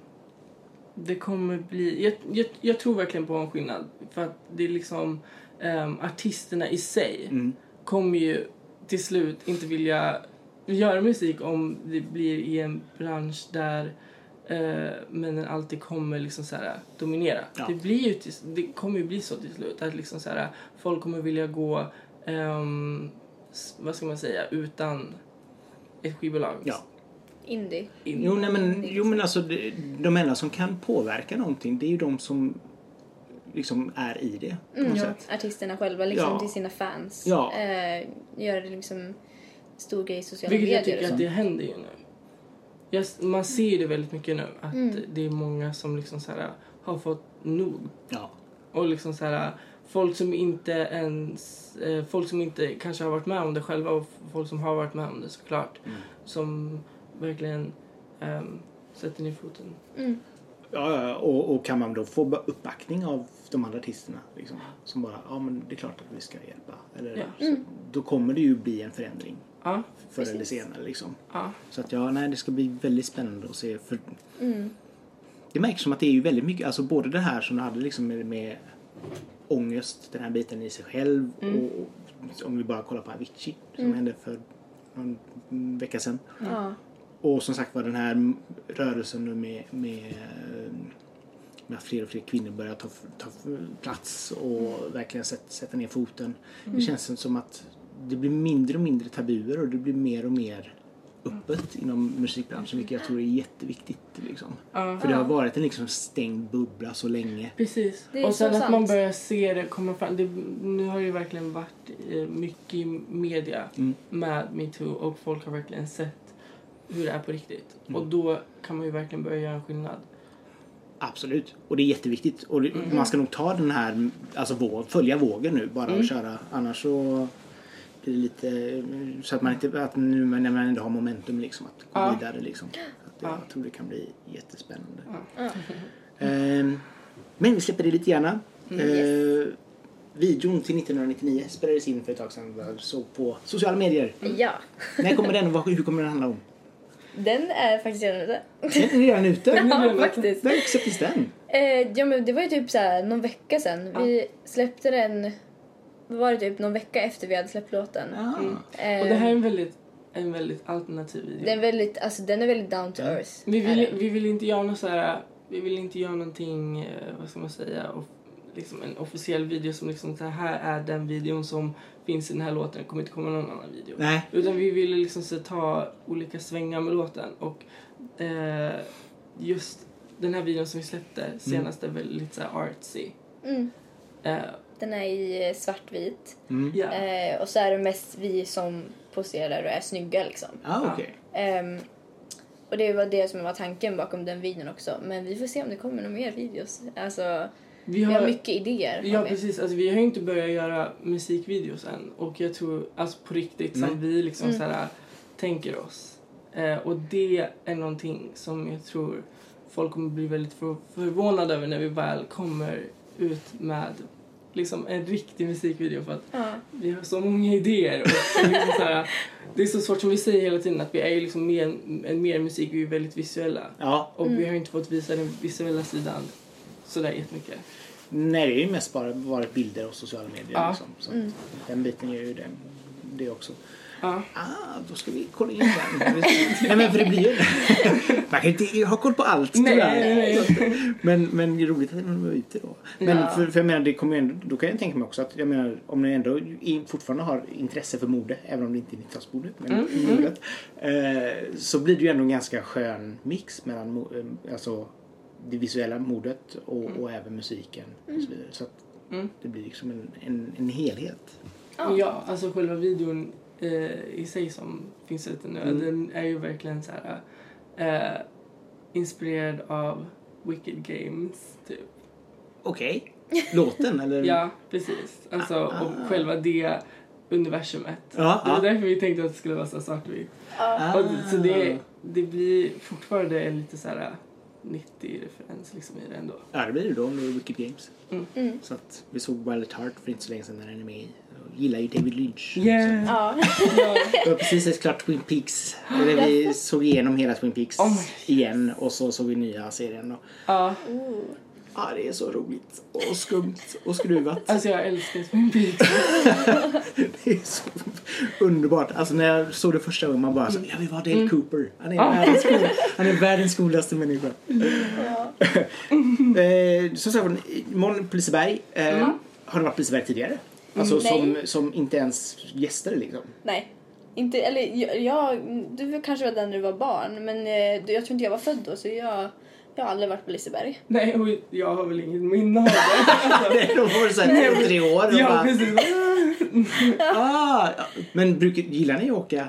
[SPEAKER 2] det kommer bli, jag, jag, jag tror verkligen på en skillnad för att det är liksom ehm, artisterna i sig
[SPEAKER 1] Mm.
[SPEAKER 2] kommer ju till slut inte vilja göra musik om det blir i en bransch där eh, männen alltid kommer liksom så här, dominera.
[SPEAKER 1] Ja.
[SPEAKER 2] Det, blir ju till, det kommer ju bli så till slut att liksom så här, folk kommer vilja gå ehm, s- vad ska man säga, utan ett skivbolag.
[SPEAKER 1] Ja.
[SPEAKER 3] Indie.
[SPEAKER 2] In-
[SPEAKER 1] Jo, nej, men, jo men alltså det- de enda som kan påverka någonting det är ju de som liksom är i det på något
[SPEAKER 3] Mm, Ja,
[SPEAKER 1] sätt.
[SPEAKER 3] artisterna själva liksom
[SPEAKER 1] Ja.
[SPEAKER 3] till sina fans.
[SPEAKER 1] Ja.
[SPEAKER 3] Eh, gör det liksom stor grej i sociala
[SPEAKER 2] Vilket jag
[SPEAKER 3] medier.
[SPEAKER 2] tycker att
[SPEAKER 3] och
[SPEAKER 2] det
[SPEAKER 3] sånt.
[SPEAKER 2] händer ju nu. Jag, s- man ser ju det väldigt mycket nu att
[SPEAKER 3] Mm.
[SPEAKER 2] det är många som liksom så här, har fått nog.
[SPEAKER 1] Ja.
[SPEAKER 2] Och liksom så här, folk som inte ens, eh, folk som inte kanske har varit med om det själva och f- folk som har varit med om det såklart. Som verkligen ehm, sätter ner foten.
[SPEAKER 3] Mm.
[SPEAKER 1] Ja, ja, ja, och, och kan man då få ba- uppbackning av de andra artisterna liksom, som bara, ja men det är klart att vi ska hjälpa. Eller,
[SPEAKER 2] Ja.
[SPEAKER 1] så, Då kommer det ju bli en förändring
[SPEAKER 2] Ja,
[SPEAKER 1] förr eller senare. Liksom.
[SPEAKER 2] ja.
[SPEAKER 1] Så att ja, nej, det ska bli väldigt spännande att se. För Det märks som att det är ju väldigt mycket, alltså både det här som du hade liksom med, med ångest, den här biten i sig själv och, och om vi bara kollar på Avicii som hände för någon vecka sedan.
[SPEAKER 3] Ja.
[SPEAKER 1] Och som sagt var den här rörelsen nu med, med, med att fler och fler kvinnor börjar ta, ta plats och verkligen sätt, sätta ner foten. Det känns som att det blir mindre och mindre tabuer och det blir mer och mer öppet inom musikbranschen vilket jag tror är jätteviktigt. Liksom.
[SPEAKER 2] Ja.
[SPEAKER 1] För det har varit en liksom stängd bubbla så länge.
[SPEAKER 2] Precis.
[SPEAKER 3] Det är
[SPEAKER 2] Och
[SPEAKER 3] så
[SPEAKER 2] sen att
[SPEAKER 3] sant.
[SPEAKER 2] man börjar se det komma fram. Det, nu har det ju verkligen varit eh, mycket i media med metoo och folk har verkligen sett hur det är på riktigt. Och då kan man ju verkligen börja göra en skillnad.
[SPEAKER 1] Absolut, och det är jätteviktigt. Och det, Man ska nog ta den här, alltså våg, följa vågen nu bara och köra. Annars så blir det lite, så att man inte, att nu men när man ändå har momentum liksom att gå
[SPEAKER 2] Ja.
[SPEAKER 1] vidare liksom. Att jag
[SPEAKER 2] Ja.
[SPEAKER 1] tror det kan bli jättespännande. Ehm, men vi släpper det lite gärna. Ehm, videon till 1999 spelades in för ett tag sedan, så på sociala medier.
[SPEAKER 3] ja.
[SPEAKER 1] När kommer den och vad- hur kommer den handla om?
[SPEAKER 3] Den är faktiskt redan ute.
[SPEAKER 1] Den är redan ute.
[SPEAKER 3] Ja, faktiskt.
[SPEAKER 1] När släpptes den?
[SPEAKER 3] Eh, ja, men det var ju typ så här någon vecka sedan. Vi släppte den, vad var det typ någon vecka efter vi hade släppt låten.
[SPEAKER 1] Ah.
[SPEAKER 3] Eh,
[SPEAKER 2] Och det här är en väldigt, en väldigt alternativ video.
[SPEAKER 3] den, är väldigt, alltså, den är väldigt down to earth.
[SPEAKER 2] Vi
[SPEAKER 3] är
[SPEAKER 2] vill,
[SPEAKER 3] den.
[SPEAKER 2] vi vill inte göra något så här, vi vill inte göra någonting, eh, vad ska man säga, off, liksom en officiell video som liksom så här är den videon som finns i den här låten, det kommer inte komma någon annan video.
[SPEAKER 1] Nej.
[SPEAKER 2] Utan vi ville liksom så ta olika svängar med låten och eh, just den här videon som vi släppte senast är väldigt så här artsy.
[SPEAKER 3] Mm.
[SPEAKER 2] Eh,
[SPEAKER 3] Den är i eh, svartvit.
[SPEAKER 1] Mm.
[SPEAKER 2] ja.
[SPEAKER 3] Eh, och så är det mest vi som poserar och är snygga liksom.
[SPEAKER 1] Ah, okej.
[SPEAKER 3] Ehm, och det var det som var tanken bakom den videon också. Men vi får se om det kommer några mer videos. Alltså,
[SPEAKER 2] Vi
[SPEAKER 3] vi har
[SPEAKER 2] har,
[SPEAKER 3] mycket idéer.
[SPEAKER 2] ja
[SPEAKER 3] har vi.
[SPEAKER 2] precis, alltså, vi har ju inte börjat göra musikvideos än och jag tror alltså på riktigt
[SPEAKER 1] Nej.
[SPEAKER 2] som vi liksom
[SPEAKER 3] Mm.
[SPEAKER 2] så här, tänker oss. Eh, och det är någonting som jag tror folk kommer bli väldigt för, förvånade över när vi väl kommer ut med liksom en riktig musikvideo för att
[SPEAKER 3] Ja.
[SPEAKER 2] Vi har så många idéer. Och så liksom så här, det är så svårt som vi säger hela tiden att vi är ju liksom mer, en- mer musik, vi är väldigt visuella.
[SPEAKER 1] Ja,
[SPEAKER 2] Och vi har inte fått visa den visuella sidan sådär jättemycket.
[SPEAKER 1] Nej, det är ju mest bara varit bilder och sociala medier.
[SPEAKER 2] Ja.
[SPEAKER 1] Liksom, så att Den biten gör ju det, det också.
[SPEAKER 2] Ja.
[SPEAKER 1] Ah, då ska vi kolla in den. nej, men för det blir ju... Man kan inte ha koll på allt
[SPEAKER 2] Nej,
[SPEAKER 1] tyvärr.
[SPEAKER 2] nej,
[SPEAKER 1] Men, men det är roligt att den var ute då. Men
[SPEAKER 2] Ja.
[SPEAKER 1] för, för jag menar, det kommer ju ändå, då kan jag tänka mig också att jag menar, om ni ändå i- fortfarande har intresse för mode, även om det inte är 90-talsmodet, men
[SPEAKER 2] Mm,
[SPEAKER 1] modet, eh, så blir det ju ändå en ganska skön mix mellan mo- eh, alltså, det visuella modet och,
[SPEAKER 2] Mm.
[SPEAKER 1] och även musiken och så vidare. Så att det blir liksom en, en, en helhet.
[SPEAKER 2] Ja, alltså själva videon eh, i sig som finns ute nu. Den är ju verkligen så här eh, inspirerad av Wicked Games, typ.
[SPEAKER 1] Okej. Låten eller?
[SPEAKER 2] Ja, precis. Alltså, och själva det universumet.
[SPEAKER 1] Ja,
[SPEAKER 2] det var
[SPEAKER 1] ja.
[SPEAKER 2] därför vi tänkte att det skulle vara så svartvitt.
[SPEAKER 1] Ah.
[SPEAKER 2] Och, så det, det blir fortfarande en lite så här 90-referens liksom i det ändå.
[SPEAKER 1] Ja, det blir det då om det är Wicked Games.
[SPEAKER 2] Mm.
[SPEAKER 1] Så att vi såg Violet Heart för inte så länge sedan när den är med i. Jag gillar ju David Lynch.
[SPEAKER 2] Yeah.
[SPEAKER 3] Ja.
[SPEAKER 1] Så det var precis ett klart Twin Peaks. Eller vi såg igenom hela Twin Peaks
[SPEAKER 2] Oh my
[SPEAKER 1] igen och så såg vi nya serien. Och...
[SPEAKER 2] Ja,
[SPEAKER 3] Ooh.
[SPEAKER 1] Ja, det är så roligt och skumt och skruvat.
[SPEAKER 2] alltså jag älskar Twin Peaks.
[SPEAKER 1] Det är så underbart. Alltså när jag såg det första gången man bara så, jag vill vara Dale Cooper. Han är,
[SPEAKER 2] Ja.
[SPEAKER 1] världens, cool- han är världens coolaste människa.
[SPEAKER 3] Ja.
[SPEAKER 1] Eh, som sagt, imorgon Liseberg. Eh, Har du varit på Liseberg tidigare? Alltså
[SPEAKER 3] Mm,
[SPEAKER 1] som, som inte ens gäster liksom.
[SPEAKER 3] Nej. Inte, eller jag, jag, du kanske var den när du var barn, men eh, du- jag tror inte jag var född då så jag, jag har aldrig varit på Liseberg.
[SPEAKER 2] Nej, och jag har väl inget minne av det.
[SPEAKER 1] Nej, de var såhär två, tre år och
[SPEAKER 2] Ja,
[SPEAKER 1] bara,
[SPEAKER 2] precis.
[SPEAKER 1] ah, ja. Men brukar, gillar ni att åka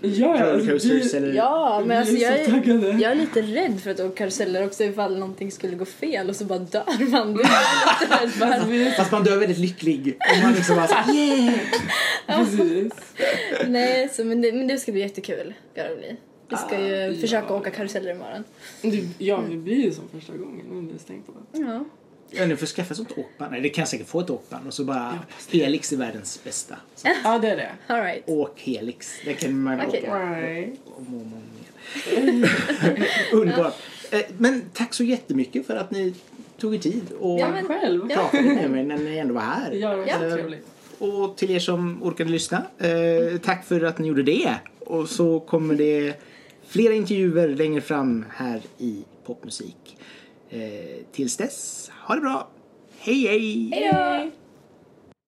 [SPEAKER 2] Ja, ja,
[SPEAKER 1] roller
[SPEAKER 2] alltså,
[SPEAKER 1] coasters
[SPEAKER 2] vi,
[SPEAKER 1] eller?
[SPEAKER 3] Ja,
[SPEAKER 2] vi
[SPEAKER 3] men alltså jag
[SPEAKER 2] är så
[SPEAKER 3] är,
[SPEAKER 2] taggade.
[SPEAKER 3] jag är lite rädd för att åka karuseller också ifall någonting skulle gå fel och så bara dör man. Det är bara,
[SPEAKER 2] Vi är-
[SPEAKER 1] Fast man dör väldigt lycklig. Och man liksom bara så, yeah!
[SPEAKER 2] Precis.
[SPEAKER 3] nej, så, men, det, men det ska bli jättekul. Ska det bli. Vi
[SPEAKER 2] Ah,
[SPEAKER 3] ska ju försöka åka karuseller imorgon.
[SPEAKER 2] Du, ja, det blir ju som första gången. Nu är det stängt på.
[SPEAKER 3] Ja.
[SPEAKER 1] Ja, nu får jag skaffa ett sånt åkband. Nej, det kan jag säkert få ett åkband. Och så bara, Helix är världens bästa. Så,
[SPEAKER 2] Ja, det är det.
[SPEAKER 3] All right.
[SPEAKER 1] åk Helix. Det kan man
[SPEAKER 3] Okej.
[SPEAKER 1] åka.
[SPEAKER 2] Right.
[SPEAKER 1] om och om igen. Underbart. Eh, Men tack så jättemycket för att ni tog er tid och
[SPEAKER 3] Ja, men-
[SPEAKER 2] Själv.
[SPEAKER 3] Ja.
[SPEAKER 1] pratade med mig när ni ändå var här.
[SPEAKER 2] Ja, det var
[SPEAKER 3] Ja.
[SPEAKER 2] så trevligt.
[SPEAKER 1] Och till er som orkade lyssna, eh, tack för att ni gjorde det. Och så kommer det flera intervjuer längre fram här i Popmusik. Eh, tills dess, ha det bra. Hej hej!
[SPEAKER 3] Hej då!